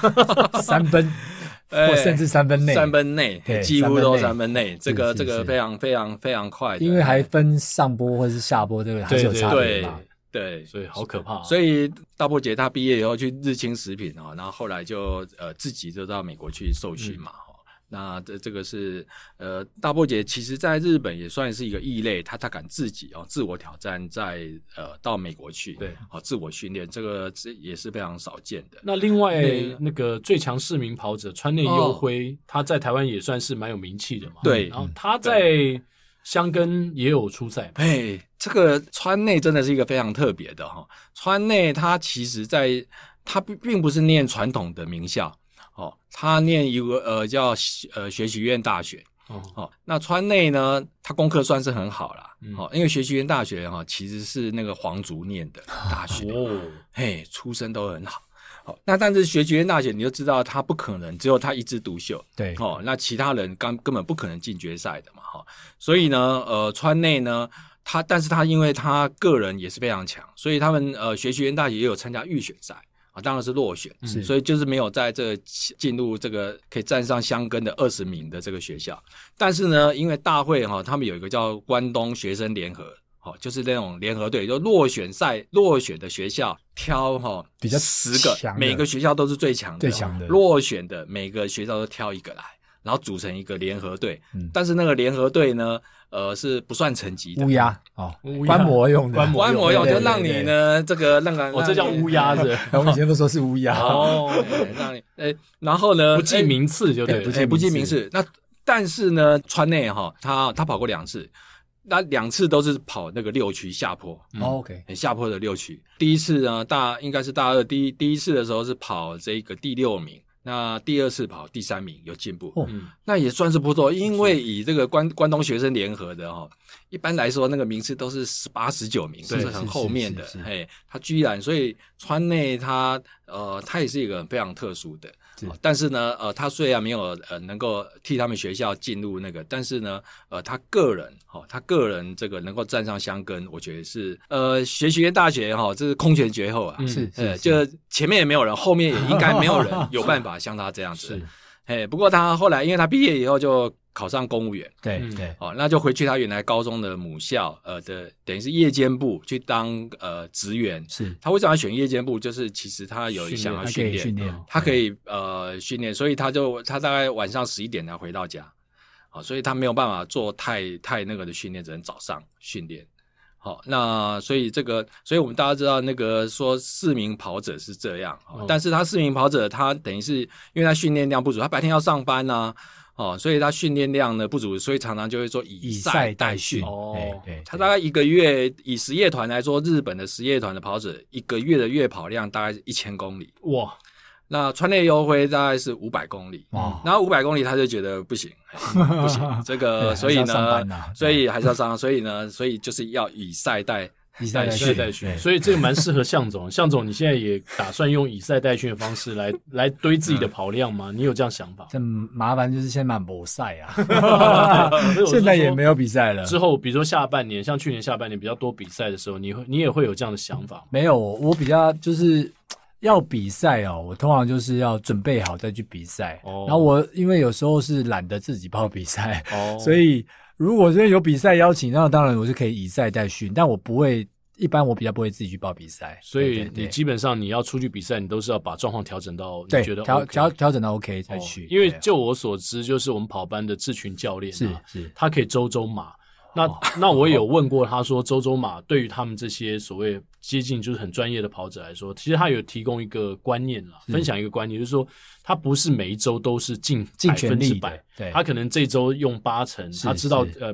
[SPEAKER 2] 三分，
[SPEAKER 3] 哎
[SPEAKER 2] 或甚至三分内，
[SPEAKER 3] 三，分内
[SPEAKER 2] 对，
[SPEAKER 3] 几乎都三
[SPEAKER 2] 三
[SPEAKER 3] 分内，这个
[SPEAKER 2] 是
[SPEAKER 3] 这个
[SPEAKER 2] 是
[SPEAKER 3] 非常非常非常快的，
[SPEAKER 2] 因为还分上波或是下波，对不对？还是有差别
[SPEAKER 3] 对
[SPEAKER 2] 嘛。
[SPEAKER 3] 对，
[SPEAKER 1] 所以好可怕、啊。
[SPEAKER 3] 所
[SPEAKER 1] 以
[SPEAKER 3] 以大波姐她毕业以后去日清食品哦，然后后来就呃自己就到美国去受训
[SPEAKER 2] 嗯
[SPEAKER 3] 嘛。哦那这这个是呃，大波姐其实在日本也算是一个异类，她她敢自己哦自我挑战在，呃到美国去，
[SPEAKER 1] 对，
[SPEAKER 3] 哦自我训练，这个这也是非常少见的。
[SPEAKER 1] 那另外
[SPEAKER 3] 对
[SPEAKER 1] 那个最强市民跑者川内优辉，他在台湾也算是蛮有名气的嘛。
[SPEAKER 3] 哦对
[SPEAKER 1] 然后他在香根也有出赛嘛，
[SPEAKER 3] 哎，这个川内真的是一个非常特别的哈、川内他其实在他并并不是念传统的名校哦，他念一个呃叫呃学习院大学
[SPEAKER 1] 哦，
[SPEAKER 3] 哦。那川内呢，他功课算是很好啦、
[SPEAKER 1] 嗯
[SPEAKER 3] 哦，因为学习院大学哈、其实是那个皇族念 的大学，
[SPEAKER 1] 哦
[SPEAKER 3] 嘿，出身都很好。好，那但是学学院大学，你就知道他不可能只有他一枝独秀，
[SPEAKER 2] 对，
[SPEAKER 3] 哦，那其他人根根本不可能进决赛的嘛，哈、所以呢，呃，川内呢，他但是他因为他个人也是非常强，所以他们呃学习院大学也有参加预选赛啊，当然是落选，
[SPEAKER 2] 嗯
[SPEAKER 1] 是
[SPEAKER 3] 所以就是没有在这进入这个可以站上香根的二十名的这个学校，但是呢，因为大会哈、他们有一个叫关东学生联合。哦，就是那种联合队，就落选赛落选的学校挑哈、
[SPEAKER 2] 比较
[SPEAKER 3] 十个
[SPEAKER 2] 强，的
[SPEAKER 3] 每个学校都是最强的，
[SPEAKER 2] 最强的
[SPEAKER 3] 落选的每个学校都挑一个来，然后组成一个联合队。
[SPEAKER 2] 嗯
[SPEAKER 3] 但是那个联合队呢，呃，是不算成绩的
[SPEAKER 2] 乌。鸦哦
[SPEAKER 1] 乌，鸦
[SPEAKER 2] 观摩用的，
[SPEAKER 1] 观摩
[SPEAKER 3] 观摩用
[SPEAKER 2] 对
[SPEAKER 3] 就
[SPEAKER 2] 对
[SPEAKER 3] 让你呢，这个让让
[SPEAKER 1] 哦，这叫乌鸦是不是？
[SPEAKER 2] 我们以前都说是乌鸦，
[SPEAKER 3] 哦，哎让你哎，然后 呢，
[SPEAKER 1] 不记
[SPEAKER 3] 哎
[SPEAKER 1] 名次就对了，
[SPEAKER 3] 对，不记不记名次。那但是呢，川内哈，他他跑过两次，那两次都是跑那个六区下坡，
[SPEAKER 1] 嗯
[SPEAKER 2] 哦 OK，
[SPEAKER 3] 很下坡的六区。第一次呢，大应该是大二第一第一次的时候是跑这个第六名，那第二次跑第三名，有进步。
[SPEAKER 2] 哦
[SPEAKER 1] 嗯，
[SPEAKER 3] 那也算是不错，因为以这个关关东学生联合的哦，一般来说那个名次都是十八、十九名，
[SPEAKER 1] 对
[SPEAKER 3] 是很后面的
[SPEAKER 2] 是是。是
[SPEAKER 3] 嘿，他居然，所以川内他呃，他也是一个非常特殊的。
[SPEAKER 2] 是
[SPEAKER 3] 哦但是呢，呃，他虽然没有呃能够替他们学校进入那个，但是呢，呃，他个人哈、哦，他个人这个能够站上香根，我觉得是呃，学习院大学哈、哦，这是空前绝后啊。
[SPEAKER 1] 嗯
[SPEAKER 2] 是
[SPEAKER 3] 呃，
[SPEAKER 2] 是
[SPEAKER 3] 就前面也没有人，后面也应该没有人有办法像他这样子。
[SPEAKER 1] 是
[SPEAKER 3] 哎，不过他后来因为他毕业以后就考上公务员，
[SPEAKER 2] 对
[SPEAKER 1] 嗯
[SPEAKER 2] 对，
[SPEAKER 3] 哦，那就回去他原来高中的母校，呃的等于是夜间部去当呃职员。
[SPEAKER 2] 是
[SPEAKER 3] 他为什么要选夜间部？就是其实他有
[SPEAKER 1] 训练
[SPEAKER 3] 想要
[SPEAKER 2] 他可
[SPEAKER 3] 训
[SPEAKER 2] 以
[SPEAKER 3] 练，哦
[SPEAKER 2] 训练，
[SPEAKER 3] 他可以呃训练，所以他就他大概晚上十一点才回到家，好、所以他没有办法做太太那个的训练，只能早上训练。好、那所以这个，所以我们大家知道那个说四名跑者是这样，哦
[SPEAKER 1] 嗯
[SPEAKER 3] 但是他四名跑者他等于是因为他训练量不足，他白天要上班呐、哦，所以他训练量呢不足，所以常常就会说以
[SPEAKER 2] 以
[SPEAKER 3] 赛
[SPEAKER 2] 赛代
[SPEAKER 3] 代训
[SPEAKER 2] 训，。
[SPEAKER 1] 哦
[SPEAKER 2] 对对，
[SPEAKER 3] 他大概一个月以实业团来说，日本的实业团的跑者一个月的月跑量大概一千公里，
[SPEAKER 1] 哇，
[SPEAKER 3] 那川内优辉大概是五百公里，
[SPEAKER 2] 哇
[SPEAKER 3] 然后五百公里他就觉得 不行，嗯不行，这
[SPEAKER 2] 对
[SPEAKER 3] 个
[SPEAKER 2] 还是
[SPEAKER 3] 所以
[SPEAKER 2] 要上
[SPEAKER 3] 呢
[SPEAKER 2] 班呐，
[SPEAKER 3] 所以还是要上，所以呢，所以就是要以赛代，
[SPEAKER 2] 以赛代
[SPEAKER 1] 以赛
[SPEAKER 2] 训，
[SPEAKER 1] 代
[SPEAKER 2] 对
[SPEAKER 1] 训，所以这个蛮适合向总。 向总，你现在也打算用以赛代训的方式来 来堆自己的跑量吗？你有这样想法？，
[SPEAKER 2] 嗯这麻烦就是现在没赛 啊现在也没有比赛了。
[SPEAKER 1] 之后，比如说下半年，像去年下半年比较多比赛的时候，你会你也会有这样的想法吗？
[SPEAKER 2] 没有，我比较就是要比赛哦，我通常就是要准备好再去比赛。
[SPEAKER 1] 哦
[SPEAKER 2] 然后我因为有时候是懒得自己报比赛，
[SPEAKER 1] 哦
[SPEAKER 2] 所以如果这边有比赛邀请，那当然我是可以以赛代训，但我不会，一般我比较不会自己去报比赛。
[SPEAKER 1] 所
[SPEAKER 2] 对
[SPEAKER 1] 以
[SPEAKER 2] 对
[SPEAKER 1] 你
[SPEAKER 2] 对
[SPEAKER 1] 基本上你要出去比赛，你都是要把状况调整到你
[SPEAKER 2] 对
[SPEAKER 1] 觉得
[SPEAKER 2] 调
[SPEAKER 1] OK
[SPEAKER 2] 调调整到 OK
[SPEAKER 1] 哦
[SPEAKER 2] 再去，
[SPEAKER 1] 因为
[SPEAKER 2] 对啊
[SPEAKER 1] 就我所知，就是我们跑班的志群教练、啊、
[SPEAKER 2] 是是
[SPEAKER 1] 他可以周周马。那那我也有问过他说，周周马对于他们这些所谓接近就是很专业的跑者来说，其实他有提供一个观念啦，分享一个观念，就是说他不是每一周都是尽
[SPEAKER 2] 尽
[SPEAKER 1] 百
[SPEAKER 2] 全
[SPEAKER 1] 分
[SPEAKER 2] 力
[SPEAKER 1] 之
[SPEAKER 2] 的
[SPEAKER 1] 百，
[SPEAKER 2] 对
[SPEAKER 1] 他可能这周用八成，
[SPEAKER 2] 是
[SPEAKER 1] 他知道
[SPEAKER 2] 是
[SPEAKER 1] 呃，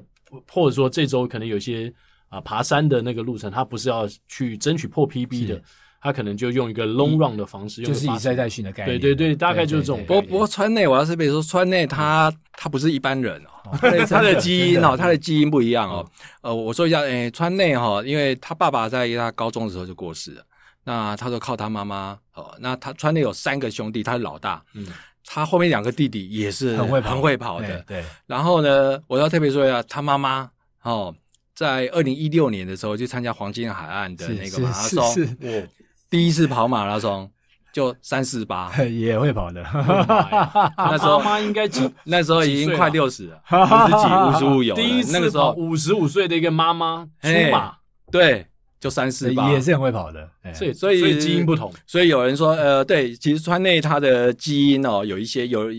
[SPEAKER 1] 或者说这周可能有一些啊、爬山的那个路程，他不是要去争取破 PB 的
[SPEAKER 2] 是，
[SPEAKER 1] 他可能就用一个 long run 的方式，用
[SPEAKER 2] 就
[SPEAKER 1] 个
[SPEAKER 2] 是
[SPEAKER 1] 80
[SPEAKER 2] 以赛代训的概念。
[SPEAKER 1] 对对对大概就是这种
[SPEAKER 2] 对对
[SPEAKER 3] 不过
[SPEAKER 2] 对
[SPEAKER 3] 不过川内，我要是被说川内他他不是一般人哦，
[SPEAKER 2] 对真的
[SPEAKER 3] 他的基因
[SPEAKER 2] 真
[SPEAKER 3] 哦，
[SPEAKER 2] 的
[SPEAKER 3] 他的基因不一样哦。呃，我说一下，诶，川内哈，因为他爸爸在他高中的时候就过世了，那他说靠他妈妈哦，那他川内有三个兄弟，他是老大，
[SPEAKER 1] 嗯
[SPEAKER 3] 他后面两个弟弟也是
[SPEAKER 2] 很会跑
[SPEAKER 3] 很会跑的
[SPEAKER 2] 对，对
[SPEAKER 3] 然后呢，我要特别说一下，他妈妈哦，在二零一六年的时候去参加黄金海岸的
[SPEAKER 2] 是
[SPEAKER 3] 那个
[SPEAKER 2] 是
[SPEAKER 3] 马拉
[SPEAKER 2] 是
[SPEAKER 3] 松，
[SPEAKER 2] 是
[SPEAKER 1] 我
[SPEAKER 3] 第一次跑马拉松就三四八，
[SPEAKER 2] 也会跑 的，
[SPEAKER 1] 我的妈呀
[SPEAKER 3] 那
[SPEAKER 1] 他
[SPEAKER 3] 时候
[SPEAKER 1] 爸妈应 该几
[SPEAKER 3] 那时候已
[SPEAKER 1] 几岁
[SPEAKER 3] 经
[SPEAKER 1] 了
[SPEAKER 3] 快六十了，五十几、五十五有 了
[SPEAKER 1] 第一
[SPEAKER 3] 那
[SPEAKER 1] 次
[SPEAKER 3] 个时
[SPEAKER 1] 跑
[SPEAKER 3] 候
[SPEAKER 1] 五十五岁的一个妈妈出马，
[SPEAKER 3] 对，就三四 八。
[SPEAKER 2] 也是很会跑的。哎对
[SPEAKER 1] 所以
[SPEAKER 3] 所以
[SPEAKER 1] 所以基因不同，
[SPEAKER 3] 所以有人说，呃，对，其实川内他的基因哦，有一些有，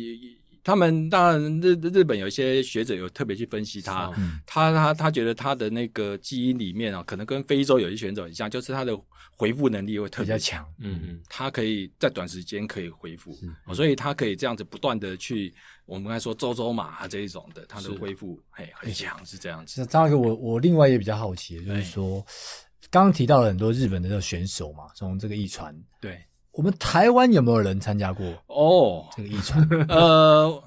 [SPEAKER 3] 他们当然日日本有一些学者有特别去分析他，
[SPEAKER 1] 哦
[SPEAKER 2] 嗯
[SPEAKER 3] 他他他觉得他的那个基因里面啊、可能跟非洲有些选手很像，就是他的回复能力会特
[SPEAKER 2] 比较
[SPEAKER 3] 别，
[SPEAKER 2] 强，
[SPEAKER 1] 嗯嗯，
[SPEAKER 3] 他可以在短时间可以恢复
[SPEAKER 2] 是，
[SPEAKER 3] 哦所以他可以这样子不断的去，我们刚才说周周马啊这一种的，他的
[SPEAKER 1] 是
[SPEAKER 3] 恢复嘿很强，是这样子。
[SPEAKER 2] 哎是张大哥，我我另外也比较好奇，就是说，刚刚提到了很多日本的这个选手嘛，从这个一传，
[SPEAKER 3] 对，
[SPEAKER 2] 我们台湾有没有人参加过
[SPEAKER 3] 哦，
[SPEAKER 2] 这个一 传？
[SPEAKER 3] 呃，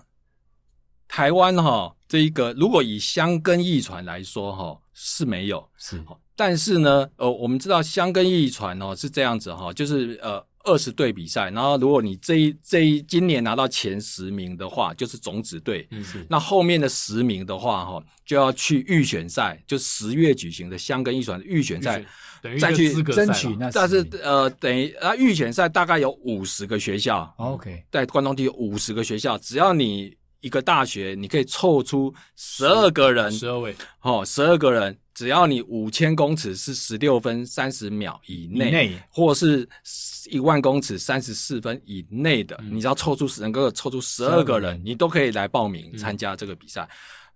[SPEAKER 3] 台湾哈、这一个如果以香根一传来说哈、是没有，
[SPEAKER 2] 是
[SPEAKER 3] 但是呢，呃，我们知道香根一传哦是这样子哈、就是呃二十队比赛，然后如果你这一这一今年拿到前十名的话，就是种子队。
[SPEAKER 1] 嗯是
[SPEAKER 3] 那后面的十名的话，哈，就要去预选赛，就十月举行的香根一传预选赛，
[SPEAKER 1] 等于一
[SPEAKER 3] 再
[SPEAKER 1] 个
[SPEAKER 3] 去
[SPEAKER 1] 资格赛
[SPEAKER 2] 争
[SPEAKER 1] 嘛
[SPEAKER 2] 取那
[SPEAKER 3] 但
[SPEAKER 2] 十
[SPEAKER 3] 是
[SPEAKER 2] 名
[SPEAKER 3] 呃，等于啊，预选赛大概有五十个学校，
[SPEAKER 2] 哦 OK，
[SPEAKER 3] 在关东地有五十个学校，只要你一个大学，你可以凑出十二个人，
[SPEAKER 1] 十二位
[SPEAKER 3] 哦，十二个人，只要你五千公尺是十六分三十秒以内，
[SPEAKER 2] 以内
[SPEAKER 3] 或是一万公尺三十四分以内的，
[SPEAKER 1] 嗯
[SPEAKER 3] 你只要凑出能够凑出十二
[SPEAKER 2] 个
[SPEAKER 3] 个
[SPEAKER 2] 人
[SPEAKER 3] 人，你都可以来报名
[SPEAKER 1] 嗯
[SPEAKER 3] 参加这个比赛。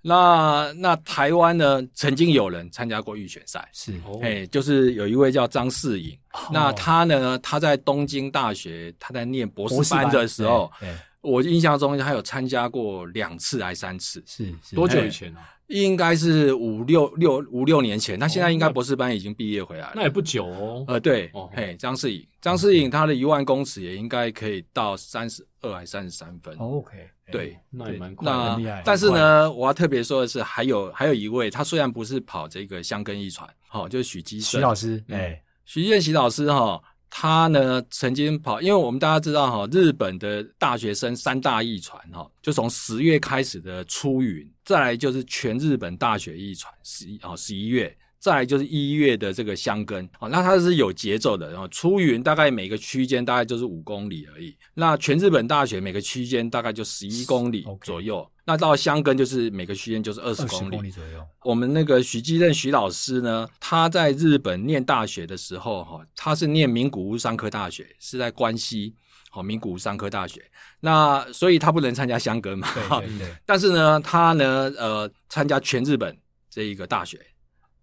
[SPEAKER 3] 那那台湾呢？曾经有人参加过预选赛，
[SPEAKER 2] 是
[SPEAKER 1] 哦
[SPEAKER 3] 哎、就是有一位叫张世颖，
[SPEAKER 2] 哦
[SPEAKER 3] 那他呢？他在东京大学，他在念博士班的时候，
[SPEAKER 2] 对对
[SPEAKER 3] 我印象中他有参加过两次还三次，
[SPEAKER 2] 是是
[SPEAKER 1] 多
[SPEAKER 3] 哎
[SPEAKER 1] 久以前啊？
[SPEAKER 3] 应该是五六六五六年前。他现在应该
[SPEAKER 1] 那
[SPEAKER 3] 博士班已经毕业回来
[SPEAKER 1] 那
[SPEAKER 3] 了。
[SPEAKER 1] 也不久哦，
[SPEAKER 3] 呃，对
[SPEAKER 1] 哦，
[SPEAKER 3] 嘿，张世颖，张世颖他的一万公尺也应该可以到三十二还三十三分。
[SPEAKER 2] 哦 OK，
[SPEAKER 3] 对，
[SPEAKER 1] 那也蛮快的。
[SPEAKER 3] 那
[SPEAKER 2] 很厉害
[SPEAKER 3] 但是呢，我要特别说的是，还有还有一位，他虽然不是跑这个香根一传，好、就是许基
[SPEAKER 2] 徐
[SPEAKER 3] 胜，
[SPEAKER 2] 老师，
[SPEAKER 3] 嗯
[SPEAKER 2] 哎，
[SPEAKER 3] 徐建喜老师哈、他呢曾经跑，因为我们大家知道哈、日本的大学生三大艺传哈，就从十月开始的出云，再来就是全日本大学艺传十一哦十一月。再来就是一月的这个香根，哦，那它是有节奏的，然后哦出云大概每个区间大概就是五公里而已。那全日本大学每个区间大概就十一公里
[SPEAKER 2] OK
[SPEAKER 3] 左右，那到香根就是每个区间就是二十
[SPEAKER 2] 二十
[SPEAKER 3] 公里
[SPEAKER 2] 公。里左右，
[SPEAKER 3] 我们那个许继任许老师呢，他在日本念大学的时候，哈，他是念名古屋商科大学，是在关西，好，名古屋商科大学。那所以他不能参加香根嘛，
[SPEAKER 2] 对对 对，
[SPEAKER 3] 但是呢，他呢，呃，参加全日本这一个大学，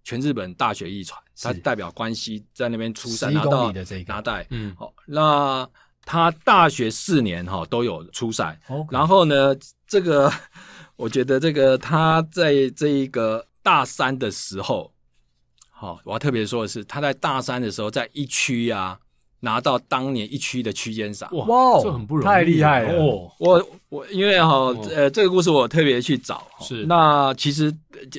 [SPEAKER 3] 全日本大学艺传，
[SPEAKER 2] 是
[SPEAKER 3] 他代表关西在那边出赛
[SPEAKER 2] 11
[SPEAKER 3] 拿
[SPEAKER 2] 公
[SPEAKER 3] 到
[SPEAKER 2] 里的这个
[SPEAKER 3] 拿带，
[SPEAKER 1] 嗯
[SPEAKER 3] 好，那他大学四年哈都有出赛，
[SPEAKER 2] 哦 OK
[SPEAKER 3] 然后呢，这个 我觉得这个他在这一个大三的时候，好、我要特别说的是，他在大三的时候在一区啊拿到当年一区的区间赏。
[SPEAKER 1] 哇，
[SPEAKER 2] 哇
[SPEAKER 1] 这很不容易，
[SPEAKER 2] 太厉害了
[SPEAKER 1] 哦，
[SPEAKER 3] 我我因为哈、
[SPEAKER 1] 嗯
[SPEAKER 3] 呃，这个故事我特别去找。哈
[SPEAKER 1] 是
[SPEAKER 3] 那其实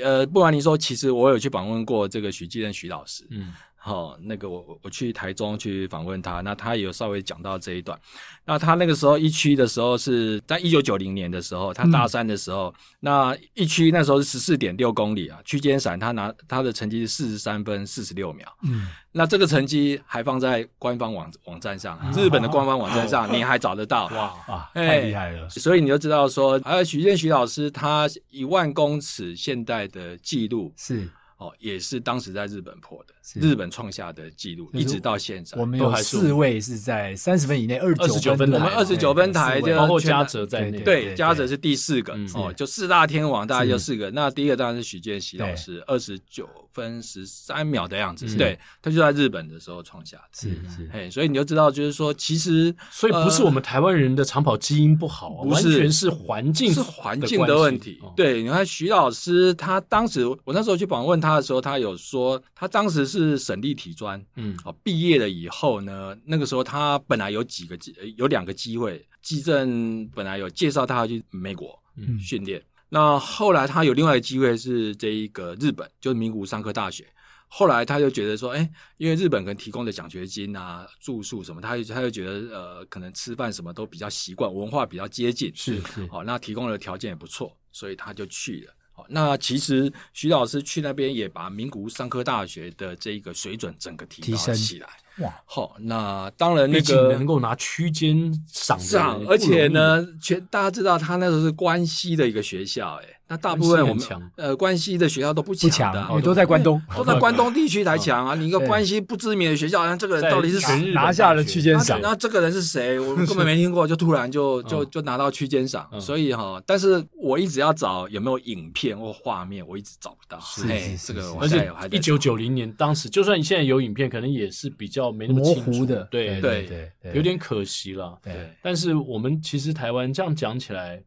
[SPEAKER 3] 呃，不瞒您说，其实我有去访问过这个许继任许老师。
[SPEAKER 1] 嗯，
[SPEAKER 3] 哦，哦，那个我我我去台中去访问他，那他也有稍微讲到这一段。那他那个时候一区的时候是在一九九零年的时候，他大三的时候，那一区那时候是十四点六公里啊，区间闪他拿他的成绩是四十三分四十六秒，
[SPEAKER 1] 嗯，
[SPEAKER 3] 那这个成绩还放在官方网网站上，啊日本的官方网站上，你还找得到。
[SPEAKER 1] 哇，
[SPEAKER 2] 啊，
[SPEAKER 3] 哎
[SPEAKER 2] 太厉害了！
[SPEAKER 3] 所以你就知道说，呃，许建徐老师他一万公尺现代的记录
[SPEAKER 2] 是
[SPEAKER 3] 哦，也是当时在日本破的，
[SPEAKER 2] 是
[SPEAKER 3] 日本创下的记录，
[SPEAKER 2] 就是
[SPEAKER 3] 一直到现在。
[SPEAKER 2] 我们
[SPEAKER 1] 都
[SPEAKER 2] 有
[SPEAKER 1] 还是我们
[SPEAKER 2] 四位是在三十分以内，二
[SPEAKER 1] 29
[SPEAKER 2] 分
[SPEAKER 1] 分
[SPEAKER 2] 的
[SPEAKER 1] 台我
[SPEAKER 2] 对
[SPEAKER 1] 们
[SPEAKER 3] 29分台
[SPEAKER 2] 四位
[SPEAKER 3] 就
[SPEAKER 1] 包括嘉泽在内，
[SPEAKER 2] 对
[SPEAKER 3] 对，嘉泽是第四个
[SPEAKER 1] 嗯
[SPEAKER 3] 哦，
[SPEAKER 2] 是
[SPEAKER 3] 就四大天王大概就四个。那第一个当然是许建熙老师，二十九分十三秒的样子，
[SPEAKER 1] 嗯
[SPEAKER 3] 对他就在日本的时候创下的。
[SPEAKER 2] 是是
[SPEAKER 3] 哎，所以你就知道，就是说，其实呃
[SPEAKER 1] 所以不是我们台湾人的长跑基因不好啊，
[SPEAKER 3] 不是
[SPEAKER 1] 完全是环境
[SPEAKER 3] 是环境的
[SPEAKER 1] 关系
[SPEAKER 3] 问题。
[SPEAKER 1] 哦
[SPEAKER 3] 对，你看徐老师，他当时我那时候去访问他的时候，他有说，他当时是省立体专，
[SPEAKER 1] 嗯，
[SPEAKER 3] 哦，毕业了以后呢，那个时候他本来有几个机，呃有两个机会，季正本来有介绍他去美国
[SPEAKER 1] 嗯
[SPEAKER 3] 训练，那后来他有另外一个机会是这一个日本，就是名古屋商科大学。后来他就觉得说，哎、因为日本可能提供的奖学金啊、住宿什么，他就他就觉得呃，可能吃饭什么都比较习惯，文化比较接近，
[SPEAKER 2] 是是
[SPEAKER 3] 好、那提供的条件也不错，所以他就去了。好、那其实徐老师去那边也把名古屋商科大学的这一个水准整个提
[SPEAKER 2] 提
[SPEAKER 3] 高
[SPEAKER 2] 升
[SPEAKER 3] 起来。
[SPEAKER 2] 哇，
[SPEAKER 3] 好、那当然那
[SPEAKER 1] 毕竟
[SPEAKER 3] 个
[SPEAKER 1] 能够拿区间赏的
[SPEAKER 3] 是啊
[SPEAKER 1] 人，
[SPEAKER 3] 而且，呢，全大家知道他那时候是关西的一个学校、哎，那大部分我
[SPEAKER 1] 关
[SPEAKER 3] 们
[SPEAKER 1] 西很强
[SPEAKER 3] 呃关西的学校都不
[SPEAKER 2] 不
[SPEAKER 3] 强的
[SPEAKER 2] 强，
[SPEAKER 3] 啊，
[SPEAKER 2] 因为都在关东，
[SPEAKER 3] 都在关东地区才强啊！你一个关西不知名的学校，那这个人
[SPEAKER 1] 在
[SPEAKER 3] 到底是
[SPEAKER 1] 全
[SPEAKER 3] 谁？
[SPEAKER 1] 日本
[SPEAKER 2] 拿下了
[SPEAKER 1] 大学
[SPEAKER 2] 区间
[SPEAKER 3] 那
[SPEAKER 2] 赏
[SPEAKER 3] 那这个人是谁？我 根本没听过，就突然就就就拿到区间赏，
[SPEAKER 1] 嗯
[SPEAKER 3] 所以哈，但是我一直要找有没有影片或画面，我一直找不到。
[SPEAKER 2] 是
[SPEAKER 3] 哎
[SPEAKER 2] 是是
[SPEAKER 3] 这个
[SPEAKER 2] 是
[SPEAKER 3] 我
[SPEAKER 1] 而
[SPEAKER 3] 还在
[SPEAKER 1] 且
[SPEAKER 3] 还在
[SPEAKER 1] 一九九零年当时，就算现在有影片，可能也是比较没那么
[SPEAKER 2] 模
[SPEAKER 1] 清楚
[SPEAKER 2] 糊的，
[SPEAKER 1] 对
[SPEAKER 3] 对
[SPEAKER 2] 对对，
[SPEAKER 1] 有点可惜了。
[SPEAKER 2] 对
[SPEAKER 3] 对。
[SPEAKER 1] 但是我们其实台湾这样讲起来，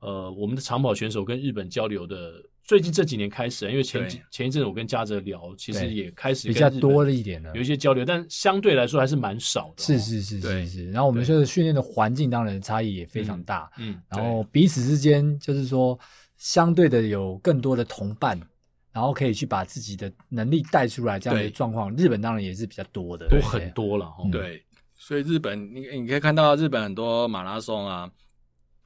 [SPEAKER 1] 呃，我们的长跑选手跟日本交流的，最近这几年开始啊，因为前几
[SPEAKER 3] 对
[SPEAKER 1] 前一阵子我跟嘉泽聊，其实
[SPEAKER 2] 对
[SPEAKER 1] 也开始
[SPEAKER 2] 比较
[SPEAKER 1] 跟日本
[SPEAKER 2] 多了一点呢
[SPEAKER 1] 有。一些交流，但相对来说还是蛮少的。哦
[SPEAKER 2] 是，是是是
[SPEAKER 3] 对
[SPEAKER 2] 是，然后我们
[SPEAKER 3] 对
[SPEAKER 2] 就是训练的环境当然差异也非常大，
[SPEAKER 1] 嗯，
[SPEAKER 2] 然后彼此之间就是说相对的有更多的同伴，然后可以去把自己的能力带出来这样的
[SPEAKER 3] 对
[SPEAKER 2] 状况，日本当然也是比较多的，
[SPEAKER 1] 都
[SPEAKER 2] 对
[SPEAKER 1] 很。多了。哦，
[SPEAKER 2] 嗯
[SPEAKER 3] 对，所以日本你你可以看到日本很多马拉松啊，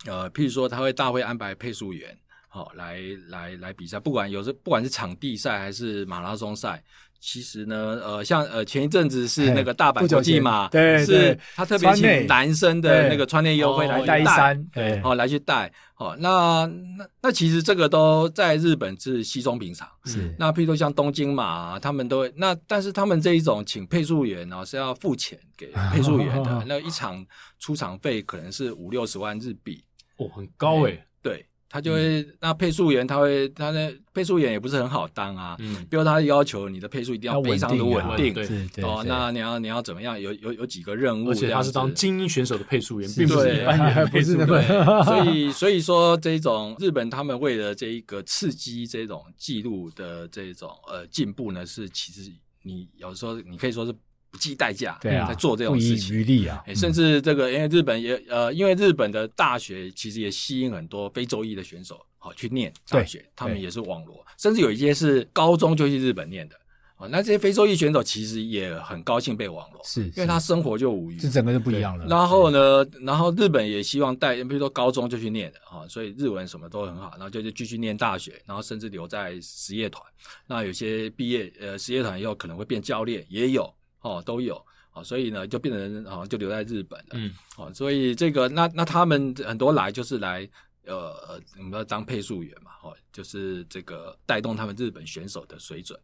[SPEAKER 3] 呃，譬如说他会大会安排配速员。好、来来来比赛，不管有时不管是场地赛还是马拉松赛，其实呢，呃，像呃前一阵子是那个大
[SPEAKER 2] 不
[SPEAKER 3] 阪
[SPEAKER 2] 久
[SPEAKER 3] 国际
[SPEAKER 2] 前
[SPEAKER 3] 嘛，
[SPEAKER 2] 对
[SPEAKER 3] 是
[SPEAKER 2] 对
[SPEAKER 3] 他特别
[SPEAKER 2] 川内
[SPEAKER 3] 请男生的
[SPEAKER 2] 对
[SPEAKER 3] 那个川内优辉
[SPEAKER 1] 哦
[SPEAKER 3] 来
[SPEAKER 2] 带一三，对，
[SPEAKER 3] 哦，来去带，哦，那那那其实这个都在日本是稀松平常，
[SPEAKER 1] 嗯
[SPEAKER 2] 是
[SPEAKER 3] 那譬如说像东京马、啊，他们都会那，但是他们这一种请配速员哦、是要付钱给配速 员的，那一场出场费可能是五六十万日币，
[SPEAKER 1] 哦，很高诶。
[SPEAKER 3] 对他就会、那配速员他会他那配速员也不是很好当啊，
[SPEAKER 1] 嗯，
[SPEAKER 3] 比如他要求你的配速一定
[SPEAKER 2] 要
[SPEAKER 3] 非常的
[SPEAKER 2] 稳定啊
[SPEAKER 3] 稳定，
[SPEAKER 1] 对
[SPEAKER 2] 是对
[SPEAKER 3] 哦，
[SPEAKER 2] 对
[SPEAKER 3] 那你要你要怎么样？有有有几个任务
[SPEAKER 1] 而
[SPEAKER 3] 这
[SPEAKER 1] 且
[SPEAKER 3] 样
[SPEAKER 1] 他
[SPEAKER 3] 子，
[SPEAKER 1] 是当精英选手的配速员，
[SPEAKER 2] 是
[SPEAKER 1] 并不是
[SPEAKER 3] 对
[SPEAKER 1] 一般人的配速
[SPEAKER 2] 不是那么
[SPEAKER 1] 员。
[SPEAKER 3] 对，所以 所以说这种日本他们为了这一个刺激这种记录的这种呃进步呢，是其实你有时候你可以说是不计代价，
[SPEAKER 2] 对啊，
[SPEAKER 3] 嗯在做这
[SPEAKER 2] 不
[SPEAKER 3] 种
[SPEAKER 2] 遗
[SPEAKER 3] 事情。
[SPEAKER 2] 余力啊，
[SPEAKER 3] 哎甚至这个，因为日本也呃，因为日本的大学其实也吸引很多非洲裔的选手，好、去念大学，他们也是网罗，甚至有一些是高中就去日本念的，哦，那这些非洲裔选手其实也很高兴被网罗，
[SPEAKER 2] 是，
[SPEAKER 3] 因为他生活就无余，
[SPEAKER 2] 这整个就不一样了。
[SPEAKER 3] 然后呢，然后日本也希望带，比如说高中就去念的啊、所以日文什么都很好，然后就就继续念大学，然后甚至留在实业团。那有些毕业呃实业团以后可能会变教练，也有哦，都有。哦，所以呢，就变成好像、就留在日本了。
[SPEAKER 1] 嗯，
[SPEAKER 3] 哦，所以这个那那他们很多来就是来呃呃，我们要当配速员嘛，哦，就是这个带动他们日本选手的水准。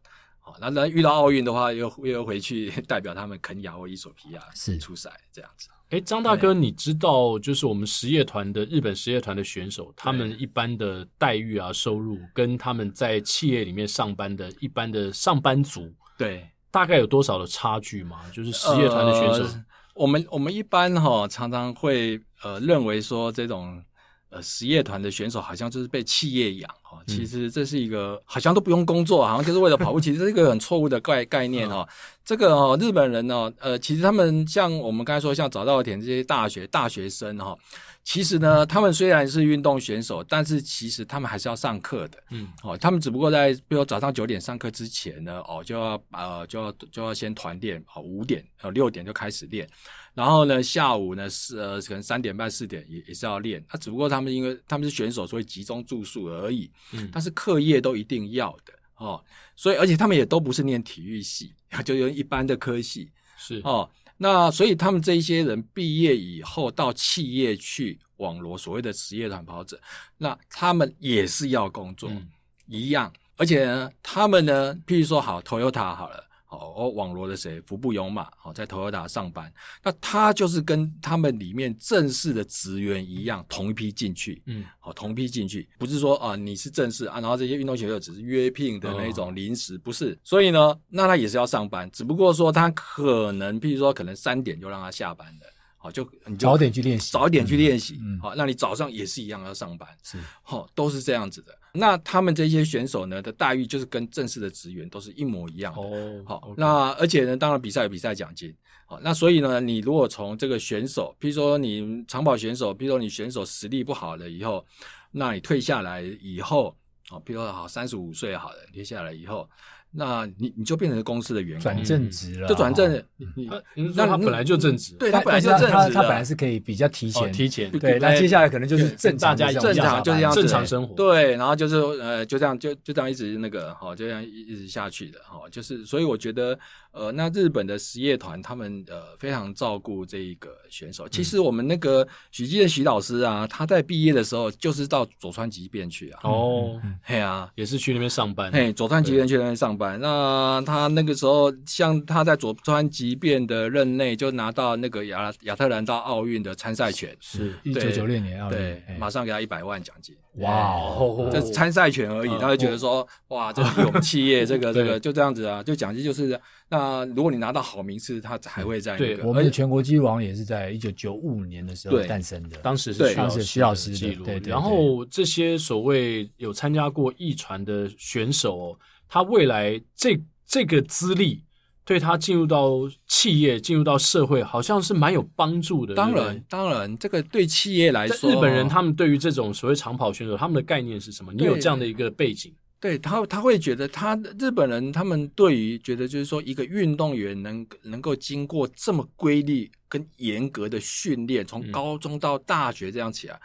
[SPEAKER 3] 哦，那那遇到奥运的话，又又回去 代表他们肯雅或伊索比亚
[SPEAKER 2] 是
[SPEAKER 3] 出赛这样子。
[SPEAKER 1] 哎，张大哥，你知道就是我们实业团的日本实业团的选手，他们一般的待遇啊、收入，跟他们在企业里面上班的一般的上班族，
[SPEAKER 3] 对，
[SPEAKER 1] 大概有多少的差距吗？就是实业团的选手，
[SPEAKER 3] 呃我们我们一般哈、常常会呃认为说这种呃实业团的选手好像就是被企业养哈、哦，
[SPEAKER 1] 嗯
[SPEAKER 3] 其实这是一个好像都不用工作，好像就是为了跑步，其实这是一个很错误的概概念
[SPEAKER 1] 嗯
[SPEAKER 3] 哈、哦。这个哦，日本人哦，呃，其实他们像我们刚才说像早稻田这些大学大学生哈、哦，其实
[SPEAKER 1] 嗯
[SPEAKER 3] 呢，他们虽然是运动选手，但是其实他们还是要上课的。
[SPEAKER 1] 嗯，
[SPEAKER 3] 哦，他们只不过在比如早上九点上课之前呢，哦，就要呃就要就要先团练，哦，五点哦六点就开始练，然后呢下午呢是呃可能三点半四点也也是要练，那、只不过他们因为他们是选手，所以集中住宿而已，
[SPEAKER 1] 嗯
[SPEAKER 3] 但是课业都一定要的哦，所以而且他们也都不是念体育系， 就用一般的科系，
[SPEAKER 1] 是
[SPEAKER 3] 哦，那所以他们这一些人毕业以后到企业去网罗所谓的职业短跑者，那他们也是要工作、
[SPEAKER 1] 嗯
[SPEAKER 3] 一样，而且呢，他们呢，譬如说好 Toyota 好了。哦，我网罗的谁？服部勇马哦，在 Toyota 上班，那他就是跟他们里面正式的职员一样，同一批进去，
[SPEAKER 1] 嗯
[SPEAKER 3] 哦，同批进去，不是说啊、你是正式啊，然后这些运动选手只是约聘的那
[SPEAKER 2] 嗯
[SPEAKER 3] 种临时，不是。所以呢，那他也是要上班，只不过说他可能，譬如说可能三点就让他下班了，好、就你就
[SPEAKER 2] 早点去练习，
[SPEAKER 3] 早一点去练习，好、
[SPEAKER 2] 嗯嗯
[SPEAKER 3] 那你早上也是一样要上班，
[SPEAKER 2] 是
[SPEAKER 3] 好、都是这样子的。那他们这些选手呢的待遇就是跟正式的职员都是一模一样的，
[SPEAKER 1] 哦
[SPEAKER 3] 好
[SPEAKER 1] OK，
[SPEAKER 3] 那而且呢，当然比赛有比赛奖金。好，那所以呢，你如果从这个选手，譬如说你长跑选手，譬如说你选手实力不好了以后，那你退下来以后，好，譬如说好三十五岁好了，你退下来以后，那你你就变成公司的员
[SPEAKER 2] 转
[SPEAKER 3] 工，
[SPEAKER 2] 正职了，
[SPEAKER 3] 嗯就转正
[SPEAKER 2] 哦。
[SPEAKER 3] 了，你你
[SPEAKER 1] 那您啊说
[SPEAKER 3] 那
[SPEAKER 1] 他
[SPEAKER 3] 你
[SPEAKER 1] 本来就正直，
[SPEAKER 3] 对他
[SPEAKER 2] 但
[SPEAKER 3] 本来就
[SPEAKER 2] 但是
[SPEAKER 3] 正
[SPEAKER 2] 他
[SPEAKER 3] 职
[SPEAKER 2] 他
[SPEAKER 3] 的
[SPEAKER 2] 本来是可以比较提
[SPEAKER 1] 哦
[SPEAKER 2] 前，
[SPEAKER 1] 提前
[SPEAKER 3] 不
[SPEAKER 2] 对，那接下来可能就是正常
[SPEAKER 1] 大
[SPEAKER 2] 的
[SPEAKER 1] 家
[SPEAKER 2] 这种
[SPEAKER 3] 正
[SPEAKER 2] 下
[SPEAKER 3] 常
[SPEAKER 2] 班
[SPEAKER 3] 就这样子
[SPEAKER 1] 正常生活，
[SPEAKER 3] 对，然后就是呃，就这样，就就这样一直那个哈、就这样一一直下去的哈、就是所以我觉得呃，那日本的实业团他们呃非常照顾这一个选手。其实我们那个许基的许老师啊，他在毕业的时候就是到佐川急便去啊，
[SPEAKER 1] 哦，
[SPEAKER 3] 嘿啊。
[SPEAKER 1] 也是去那边上班，
[SPEAKER 3] 嘿，佐川急便去那边上班。那他那个时候，像他在佐川急便的任内，就拿到那个亚亚特兰大奥运的参赛权，
[SPEAKER 1] 是
[SPEAKER 2] 一九九六年要
[SPEAKER 3] 对，马
[SPEAKER 2] 马
[SPEAKER 3] 上给他一百万奖金。
[SPEAKER 2] 哇
[SPEAKER 1] 呃
[SPEAKER 2] 哦，
[SPEAKER 3] 这是参赛权而已，
[SPEAKER 1] 嗯
[SPEAKER 3] 他会觉得 说，哇，这是我们企业这个这
[SPEAKER 1] 对
[SPEAKER 3] 个就这样子啊，就奖金就是那如果你拿到好名次，他才会在那
[SPEAKER 1] 对
[SPEAKER 3] 个
[SPEAKER 2] 我们的全国纪录王也是在一九九五年的时候
[SPEAKER 3] 对
[SPEAKER 2] 诞生的，
[SPEAKER 1] 当时是
[SPEAKER 3] 对
[SPEAKER 1] 徐老师
[SPEAKER 2] 当时徐老师
[SPEAKER 1] 的
[SPEAKER 2] 的
[SPEAKER 1] 记录，
[SPEAKER 2] 对对对
[SPEAKER 1] 然后这些所谓有参加过艺传的选手、哦，他未来这这个资历对他进入到企业、进入到社会，好像是蛮有帮助的。
[SPEAKER 3] 当
[SPEAKER 1] 对不对
[SPEAKER 3] 然当然，这个对企业来
[SPEAKER 1] 在
[SPEAKER 3] 说，
[SPEAKER 1] 日本人他们对于这种所谓长跑选手，他们的概念是什么？你有
[SPEAKER 3] 对
[SPEAKER 1] 这样的一个背景，
[SPEAKER 3] 对他他会觉得他日本人他们对于觉得就是说一个运动员能能够经过这么规律跟严格的训练，从
[SPEAKER 1] 嗯
[SPEAKER 3] 高中到大学这样起来。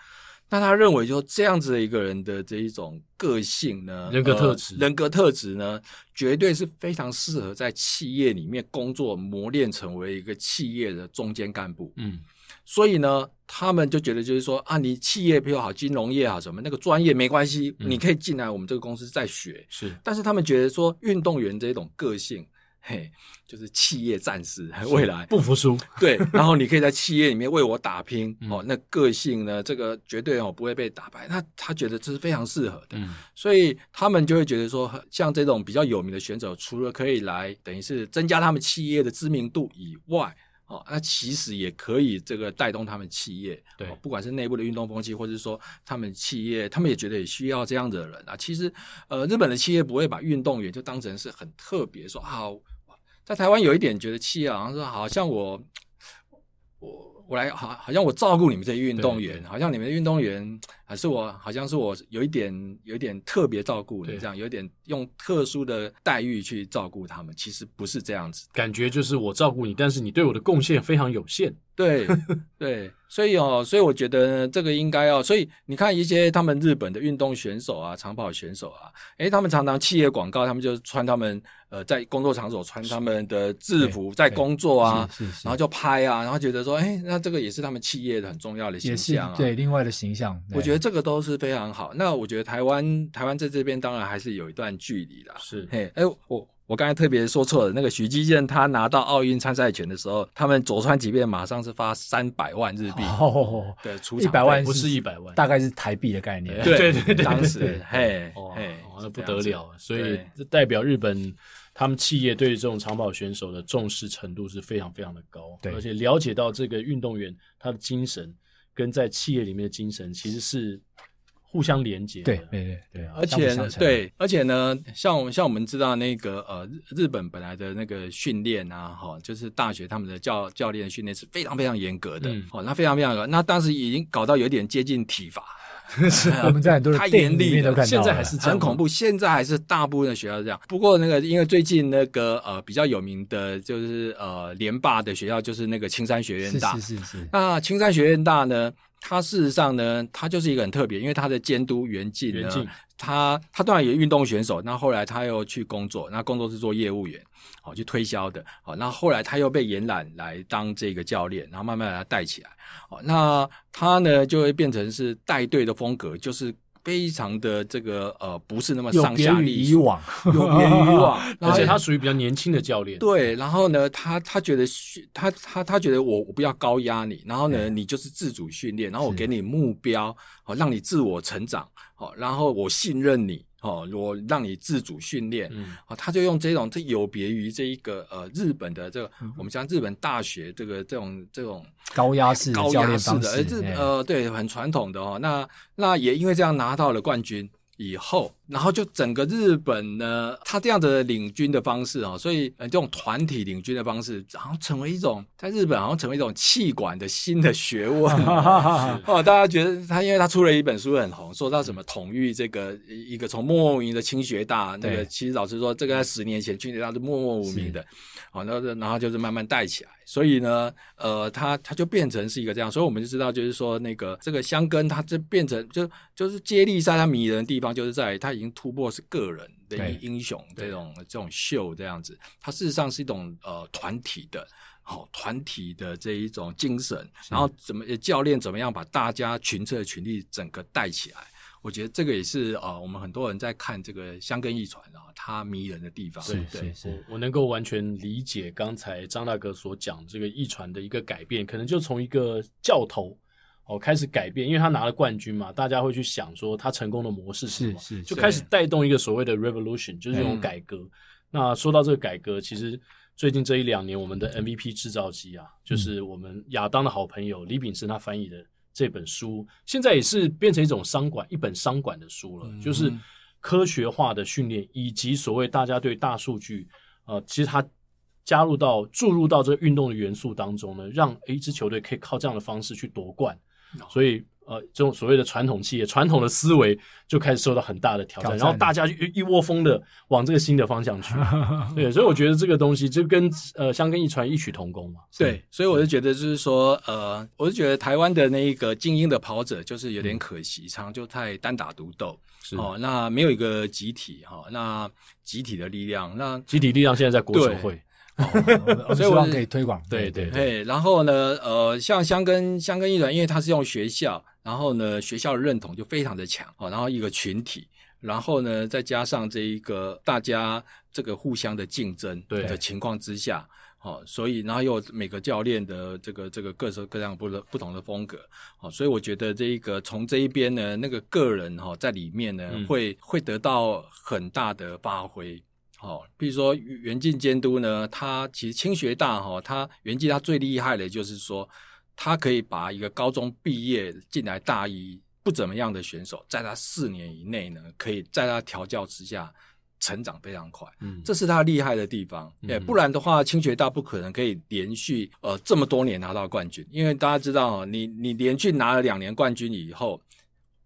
[SPEAKER 3] 那他认为，就这样子的一个人的这一种个性呢，
[SPEAKER 1] 人格
[SPEAKER 3] 呃
[SPEAKER 1] 特质
[SPEAKER 3] 人格特质呢，绝对是非常适合在企业里面工作，磨练成为一个企业的中间干部。
[SPEAKER 1] 嗯，
[SPEAKER 3] 所以呢，他们就觉得就是说啊，你企业比如好金融业啊什么那个专业没关系，
[SPEAKER 1] 嗯
[SPEAKER 3] 你可以进来我们这个公司再学。
[SPEAKER 1] 是
[SPEAKER 3] 但是他们觉得说，运动员这种个性，嘿，就是企业战士，未来
[SPEAKER 1] 不服输，
[SPEAKER 3] 对，然后你可以在企业里面为我打拼、
[SPEAKER 1] 嗯
[SPEAKER 3] 哦。那个性呢，这个绝对哦不会被打败。那他觉得这是非常适合的，
[SPEAKER 1] 嗯，
[SPEAKER 3] 所以他们就会觉得说，像这种比较有名的选手，除了可以来等于是增加他们企业的知名度以外。哦，那其实也可以这个带动他们企业，
[SPEAKER 1] 对
[SPEAKER 3] 哦不管是内部的运动风气，或者是说他们企业，他们也觉得也需要这样的人啊。其实，呃，日本的企业不会把运动员就当成是很特别，说啊，在台湾有一点觉得企业好像说，好像我我我来好，好像我照顾你们这些运动
[SPEAKER 1] 对
[SPEAKER 3] 员，
[SPEAKER 1] 对
[SPEAKER 3] 好像你们的运动员还是我，好像是我有一点有一点特别照顾你
[SPEAKER 1] 对
[SPEAKER 3] 这样，有点用特殊的待遇去照顾他们，其实不是这样子。
[SPEAKER 1] 感觉就是我照顾你，但是你对我的贡献非常有限。
[SPEAKER 3] 对对，所以哦，所以我觉得这个应该要，所以你看一些他们日本的运动选手啊，长跑选手啊，诶，他们常常企业广告，他们就穿他们呃在工作场所穿他们的制服在
[SPEAKER 2] 对
[SPEAKER 3] 工作啊，
[SPEAKER 2] 是是是
[SPEAKER 3] 然后就拍啊，然后觉得说，哎，那这个也是他们企业的很重要的
[SPEAKER 2] 也
[SPEAKER 3] 形
[SPEAKER 2] 是
[SPEAKER 3] 象啊。
[SPEAKER 2] 对，另外的形象，
[SPEAKER 3] 我觉
[SPEAKER 2] 得
[SPEAKER 3] 得这个都是非常好。那我觉得台湾台湾在这边当然还是有一段距离啦。
[SPEAKER 1] 是
[SPEAKER 3] 嘿，哎，我我刚才特别说错了，那个徐基健他拿到奥运参赛权的时候，他们佐川急便马上是发三百万日币
[SPEAKER 2] 哦，
[SPEAKER 3] 的出场
[SPEAKER 2] 一
[SPEAKER 3] 费
[SPEAKER 2] 百万
[SPEAKER 1] 不是100万
[SPEAKER 2] 大概是台币的概念，
[SPEAKER 1] 对
[SPEAKER 3] 对
[SPEAKER 1] 对对对
[SPEAKER 3] 当
[SPEAKER 2] 对
[SPEAKER 3] 时嘿
[SPEAKER 1] 哦
[SPEAKER 3] 嘿，，
[SPEAKER 1] 那
[SPEAKER 3] 是
[SPEAKER 1] 不
[SPEAKER 3] 这
[SPEAKER 1] 得
[SPEAKER 3] 样子
[SPEAKER 1] 了，啊所以
[SPEAKER 3] 对
[SPEAKER 1] 这代表日本他们企业对这种长跑选手的重视程度是非常非常的高，
[SPEAKER 2] 对
[SPEAKER 1] 而且了解到这个运动员他的精神跟在企业里面的精神其实是互相连接的。
[SPEAKER 2] 对对对对，
[SPEAKER 1] 啊
[SPEAKER 3] 而
[SPEAKER 2] 相辅
[SPEAKER 3] 且
[SPEAKER 2] 相
[SPEAKER 3] 呢
[SPEAKER 2] 成
[SPEAKER 3] 对，而且呢，像我们像我们知道那个呃，日日本本来的那个训练啊，哈、就是大学他们的教教练训练是非常非常严格的，
[SPEAKER 1] 嗯
[SPEAKER 3] 哦，那非常非常严格，那当时已经搞到有点接近体罚，
[SPEAKER 2] 我们在很多的
[SPEAKER 3] 太
[SPEAKER 2] 电影
[SPEAKER 3] 严
[SPEAKER 2] 里
[SPEAKER 3] 厉
[SPEAKER 2] 面都
[SPEAKER 3] 了
[SPEAKER 2] 看到，
[SPEAKER 1] 现
[SPEAKER 2] 了，
[SPEAKER 1] 在还是这样
[SPEAKER 3] 很恐怖。现在还是大部分的学校这样，不过那个因为最近那个呃比较有名的就是呃联霸的学校就是那个青山学院
[SPEAKER 2] 是
[SPEAKER 3] 大，
[SPEAKER 2] 是是是，
[SPEAKER 3] 那青山学院大呢，它事实上呢，它就是一个很特别，因为它的监督袁静
[SPEAKER 1] 袁
[SPEAKER 3] 呢，
[SPEAKER 1] 静
[SPEAKER 3] 他他当然也运动选手，那后来他又去工作，那工作是做业务员，好、去推销的，好、那后来他又被延揽来当这个教练，然后慢慢把他带起来，好、那他呢就会变成是带队的风格，就是非常的这个呃不是那么
[SPEAKER 2] 有
[SPEAKER 3] 上
[SPEAKER 2] 别
[SPEAKER 3] 下
[SPEAKER 2] 于
[SPEAKER 3] 力，
[SPEAKER 2] 以往，
[SPEAKER 3] 有别于以 往，然
[SPEAKER 1] 而
[SPEAKER 3] 后
[SPEAKER 1] 且他属于比较年轻的教练，
[SPEAKER 3] 对，然后呢，他他觉得训他他他觉得我我不要高压你，然后呢，你就是自主训练，然后我
[SPEAKER 2] 是
[SPEAKER 3] 给你目标，好、让你自我成长，好、然后我信任你，好、我让你自主训练，
[SPEAKER 1] 嗯，
[SPEAKER 3] 啊，他就用这种这有别于这一个呃日本的这个，我们讲日本大学这个这种这种
[SPEAKER 2] 高压式的
[SPEAKER 3] 高
[SPEAKER 2] 教
[SPEAKER 3] 压
[SPEAKER 2] 练
[SPEAKER 3] 式
[SPEAKER 2] 方
[SPEAKER 3] 的，
[SPEAKER 2] 式
[SPEAKER 3] 而，是
[SPEAKER 2] 哎
[SPEAKER 3] 呃对很传统的哦。那那也因为这样拿到了冠军以后，然后就整个日本呢，他这样的领军的方式哦，所以呃这种团体领军的方式，好像成为一种在日本好像成为一种气管的新的学 问。
[SPEAKER 1] 是
[SPEAKER 3] 哦，大家觉得他，因为他出了一本书很红，说到什么统御这个一一个从默默无名的清学大，那
[SPEAKER 2] 对
[SPEAKER 3] 个其实老实说，这个在十年前清学大是默默无名的，好、那然后就是慢慢带起来，所以呢，呃，他他就变成是一个这样，所以我们就知道，就是说那个这个香根，他这变成就就是接力赛它迷人的地方，就是在于他已经突破是个人的
[SPEAKER 2] 对
[SPEAKER 3] 英雄
[SPEAKER 1] 对
[SPEAKER 3] 这种这种秀这样子，它事实上是一种呃团体的。好团体的这一种精神，然后怎么呃教练怎么样把大家群策群力整个带起来？我觉得这个也是呃，我们很多人在看这个香根一传啊，它迷人的地方。
[SPEAKER 2] 是
[SPEAKER 3] 对
[SPEAKER 2] 是是，
[SPEAKER 1] 我能够完全理解刚才张大哥所讲这个一传的一个改变，可能就从一个教头哦开始改变，因为他拿了冠军嘛，大家会去想说他成功的模式是什么，
[SPEAKER 2] 是是
[SPEAKER 1] 就是开始带动一个所谓的 revolution，就是这种改革。那说到这个改革，其实最近这一两年，我们的 MVP 制造机啊，就是我们亚当的好朋友李秉生他翻译的这本书，现在也是变成一种商管一本商管的书了，
[SPEAKER 3] 嗯
[SPEAKER 1] 就是科学化的训练，以及所谓大家对大数据，呃，其实它加入到注入到这个运动的元素当中呢，让一支球队可以靠这样的方式去夺冠，
[SPEAKER 3] 哦
[SPEAKER 1] 所以。呃，这种所谓的传统企业、传统的思维就开始受到很大的挑战，
[SPEAKER 2] 挑战
[SPEAKER 1] 然后大家就一一窝蜂的往这个新的方向 去。对，所以我觉得这个东西就跟呃香根一传异曲同工嘛。
[SPEAKER 3] 对，所以我就觉得就是说，呃，我就觉得台湾的那一个精英的跑者就是有点可惜，常常就太单打独斗
[SPEAKER 1] 是
[SPEAKER 3] 哦，那没有一个集体哈、哦，那集体的力量，那
[SPEAKER 1] 集体力量现在在国手会，
[SPEAKER 2] 哦我们
[SPEAKER 3] 所以
[SPEAKER 2] 希
[SPEAKER 3] 我
[SPEAKER 2] 望
[SPEAKER 3] 是
[SPEAKER 2] 可以推广，
[SPEAKER 1] 对对对
[SPEAKER 3] 对，然后呢，呃，像香根香根艺人，因为他是用学校，然后呢，学校的认同就非常的强哦，然后一个群体，然后呢，再加上这一个大家这个互相的竞争
[SPEAKER 1] 对
[SPEAKER 3] 的情况之下。哦，所以然后又有每个教练的这个这个各式各样不不同的风格，哦，所以我觉得这一个从这一边呢，那个个人哈、哦、在里面呢，
[SPEAKER 1] 嗯
[SPEAKER 3] 会会得到很大的发挥。哦，比如说袁静监督呢，他其实清学大哈、哦，他袁静他最厉害的就是说，他可以把一个高中毕业进来大一不怎么样的选手，在他四年以内呢，可以在他调教之下成长非常快。
[SPEAKER 1] 嗯，
[SPEAKER 3] 这是他厉害的地方，
[SPEAKER 1] 嗯
[SPEAKER 3] 也、不然的话，清学大不可能可以连续呃这么多年拿到冠军，因为大家知道哦，你你连续拿了两年冠军以后，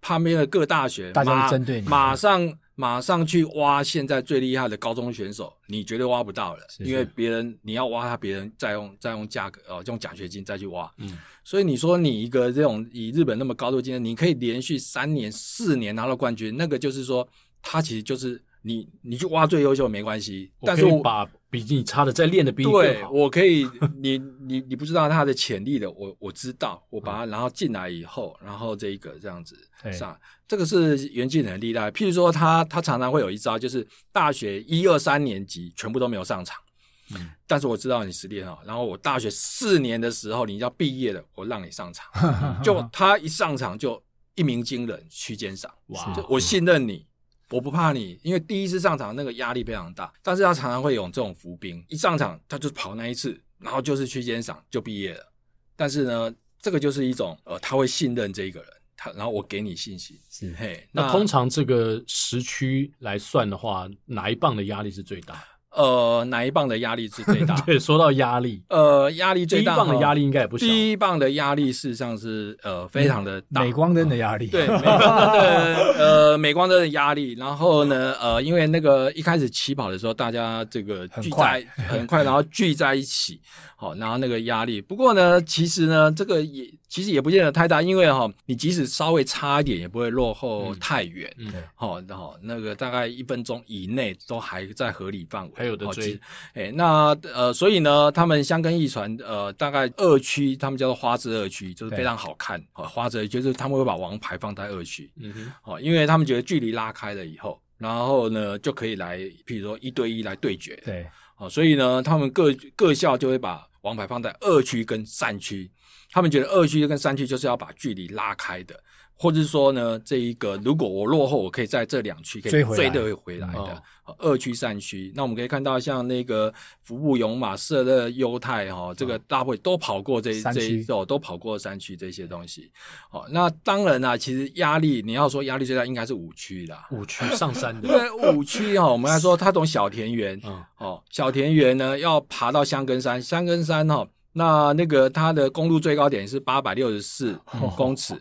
[SPEAKER 3] 旁边的各大学
[SPEAKER 2] 大家会
[SPEAKER 3] 马
[SPEAKER 2] 针对你
[SPEAKER 3] 马上马上去挖现在最厉害的高中选手，你绝对挖不到了，
[SPEAKER 2] 是
[SPEAKER 3] 因为别人你要挖他，别人再用再用价格呃用奖学金再去挖，
[SPEAKER 1] 嗯，
[SPEAKER 3] 所以你说你一个这种以日本那么高度竞争，你可以连续三年、四年拿到冠军，那个就是说，他其实就是你，你去挖最优秀没关系，但
[SPEAKER 1] 但
[SPEAKER 3] 是
[SPEAKER 1] 是
[SPEAKER 3] 我
[SPEAKER 1] 把比你差的再练的比你更
[SPEAKER 3] 对
[SPEAKER 1] 好。
[SPEAKER 3] 我可以，你你你不知道他的潜力的，我我知道，我
[SPEAKER 1] 嗯
[SPEAKER 3] 把他然后进来以后，然后这一个这样子
[SPEAKER 2] 对
[SPEAKER 3] 上，这个是袁静很厉害。譬如说他他常常会有一招，就是大学一二三年级全部都没有上场。
[SPEAKER 1] 嗯
[SPEAKER 3] 但是我知道你实力很好，然后我大学四年的时候，你要毕业了，我让你上场， 就他一上场就一鸣惊人，区间赏。
[SPEAKER 1] 哇
[SPEAKER 3] 就我信任你，我不怕你，因为第一次上场那个压力非常大，但是他常常会有这种伏兵，一上场他就跑那一次，然后就是区间赏就毕业了。但是呢，这个就是一种呃，他会信任这一个人，他然后我给你信息，
[SPEAKER 2] 是
[SPEAKER 3] 嘿，
[SPEAKER 1] 那通常这个时区来算的话，哪一棒的压力是最大？？
[SPEAKER 3] 呃哪一棒的压力是最大
[SPEAKER 1] 对，说到压力，
[SPEAKER 3] 呃，压力
[SPEAKER 1] 第
[SPEAKER 3] 最
[SPEAKER 1] 一
[SPEAKER 3] 大
[SPEAKER 1] 棒的
[SPEAKER 3] 哦
[SPEAKER 1] 压力，应该也不小。嗯
[SPEAKER 3] 第一棒的压力事实上是呃非常的大，
[SPEAKER 2] 镁光灯的压力，
[SPEAKER 3] 对，美光的呃，美光的压力，然后呢，呃，因为那个一开始起跑的时候，大家这个
[SPEAKER 2] 很
[SPEAKER 3] 聚
[SPEAKER 2] 快
[SPEAKER 3] 在很快，然后聚在一起，好，然后那个压力。不过呢，其实呢，这个也其实也不见得太大，因为哈、你即使稍微差一点，也不会落后
[SPEAKER 1] 嗯
[SPEAKER 3] 太远。
[SPEAKER 1] 嗯
[SPEAKER 2] 对
[SPEAKER 3] 好、然后那个大概一分钟以内都还在合理范围，
[SPEAKER 1] 还有的
[SPEAKER 3] 哦
[SPEAKER 1] 追
[SPEAKER 3] 其实哎，那呃，所以呢，他们香根一传，呃，大概二区，他们叫做花之二区，就是
[SPEAKER 2] 对
[SPEAKER 3] 非常好看。哦、花之二区就是他们会把王牌放在二区，
[SPEAKER 1] 嗯哼，
[SPEAKER 3] 哦，因为他们觉得距离拉开了以后，然后呢就可以来，譬如说一对一来对决。，
[SPEAKER 2] 对，
[SPEAKER 3] 哦，所以呢，他们各各校就会把王牌放在二区跟三区，他们觉得二区跟三区就是要把距离拉开的，或者是说呢，这一个如果我落后，我可以在这两区可以
[SPEAKER 2] 追回来嗯
[SPEAKER 3] 追得回来的
[SPEAKER 1] 哦。
[SPEAKER 3] 哦二区、三区，那我们可以看到，像那个服部勇马、社乐优太哈、哦，这个大会都跑过这一
[SPEAKER 2] 嗯三
[SPEAKER 3] 这一
[SPEAKER 2] 区
[SPEAKER 3] 哦，都跑过三区这些东西。哦，那当然啦、其实压力你要说压力最大，应该是五区啦。
[SPEAKER 1] 五区上山
[SPEAKER 3] 因
[SPEAKER 1] 的，
[SPEAKER 3] 为五区哈、哦，我们来说，它从小田园，
[SPEAKER 1] 嗯，
[SPEAKER 3] 哦，小田园呢要爬到香根山，香根山哦，那那个它的公路最高点是八百六十四公尺，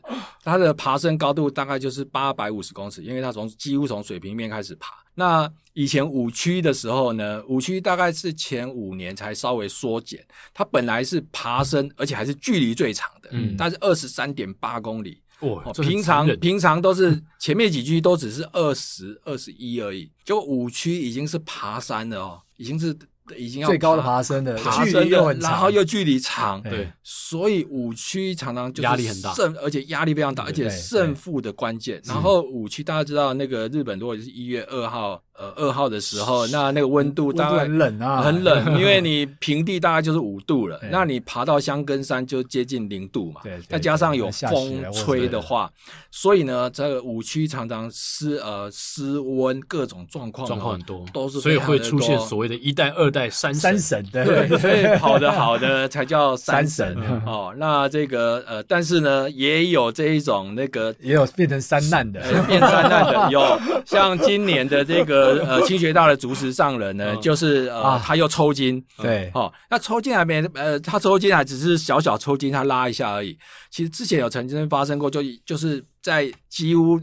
[SPEAKER 3] 它的爬升高度大概就是八百五十公尺，因为它从几乎从水平面开始爬。那以前五区的时候呢，五区大概是前五年才稍微缩减，它本来是爬升，而且还是距离最长的，
[SPEAKER 1] 嗯
[SPEAKER 3] 它是二十三点八公里。
[SPEAKER 1] 哇
[SPEAKER 3] 哦，
[SPEAKER 1] 这很
[SPEAKER 3] 平常
[SPEAKER 1] 残忍
[SPEAKER 3] 平常都是 前面几区都只是二十二十一而已，就五区已经是爬山了哦，已经是已经要
[SPEAKER 2] 最高的爬升的
[SPEAKER 3] 爬
[SPEAKER 2] 距离
[SPEAKER 3] 山
[SPEAKER 2] 又
[SPEAKER 3] 了，
[SPEAKER 2] 很长，
[SPEAKER 3] 然后又距离长，
[SPEAKER 2] 对
[SPEAKER 1] 对，
[SPEAKER 3] 所以五区常常就是
[SPEAKER 1] 压力很大
[SPEAKER 3] 胜而且压力非常大，而
[SPEAKER 2] 对
[SPEAKER 3] 且胜负的关键。然后五区大家知道，那个日本如果是一月二号，呃，二号的时候，那那个温度
[SPEAKER 2] 温
[SPEAKER 3] 大
[SPEAKER 2] 度
[SPEAKER 3] 概
[SPEAKER 2] 很冷啊，
[SPEAKER 3] 很，冷，因为你平地大概就是五度 了
[SPEAKER 2] 对，
[SPEAKER 3] 那你爬到香根山就接近零度嘛
[SPEAKER 2] 对对，
[SPEAKER 3] 再加上有
[SPEAKER 2] 下雪
[SPEAKER 3] 风吹的话，所以呢，这个五区常常湿呃湿温各种状况呢
[SPEAKER 1] 状况很多，
[SPEAKER 3] 哦都是
[SPEAKER 1] 所以
[SPEAKER 3] 非常
[SPEAKER 1] 会
[SPEAKER 3] 的
[SPEAKER 1] 出现
[SPEAKER 3] 多啊
[SPEAKER 1] 所谓的一代、二代、三
[SPEAKER 2] 三
[SPEAKER 1] 神。
[SPEAKER 2] 省 的，
[SPEAKER 3] 对，所以跑得好的才叫三
[SPEAKER 2] 三
[SPEAKER 3] 神
[SPEAKER 2] 神
[SPEAKER 3] 哦。那这个呃，但是呢，也有这一种那个
[SPEAKER 2] 也有变成三难的，
[SPEAKER 3] 呃，变灾难的有，像今年的这个呃清学大的竹石 上人呢，
[SPEAKER 1] 嗯
[SPEAKER 3] 就是呃、
[SPEAKER 2] 啊
[SPEAKER 3] 他又抽筋，
[SPEAKER 2] 对
[SPEAKER 3] 哦，那抽筋还没呃，他抽筋还只是小小抽筋，他拉一下而已。其实之前有曾经发生过，就就是在几乎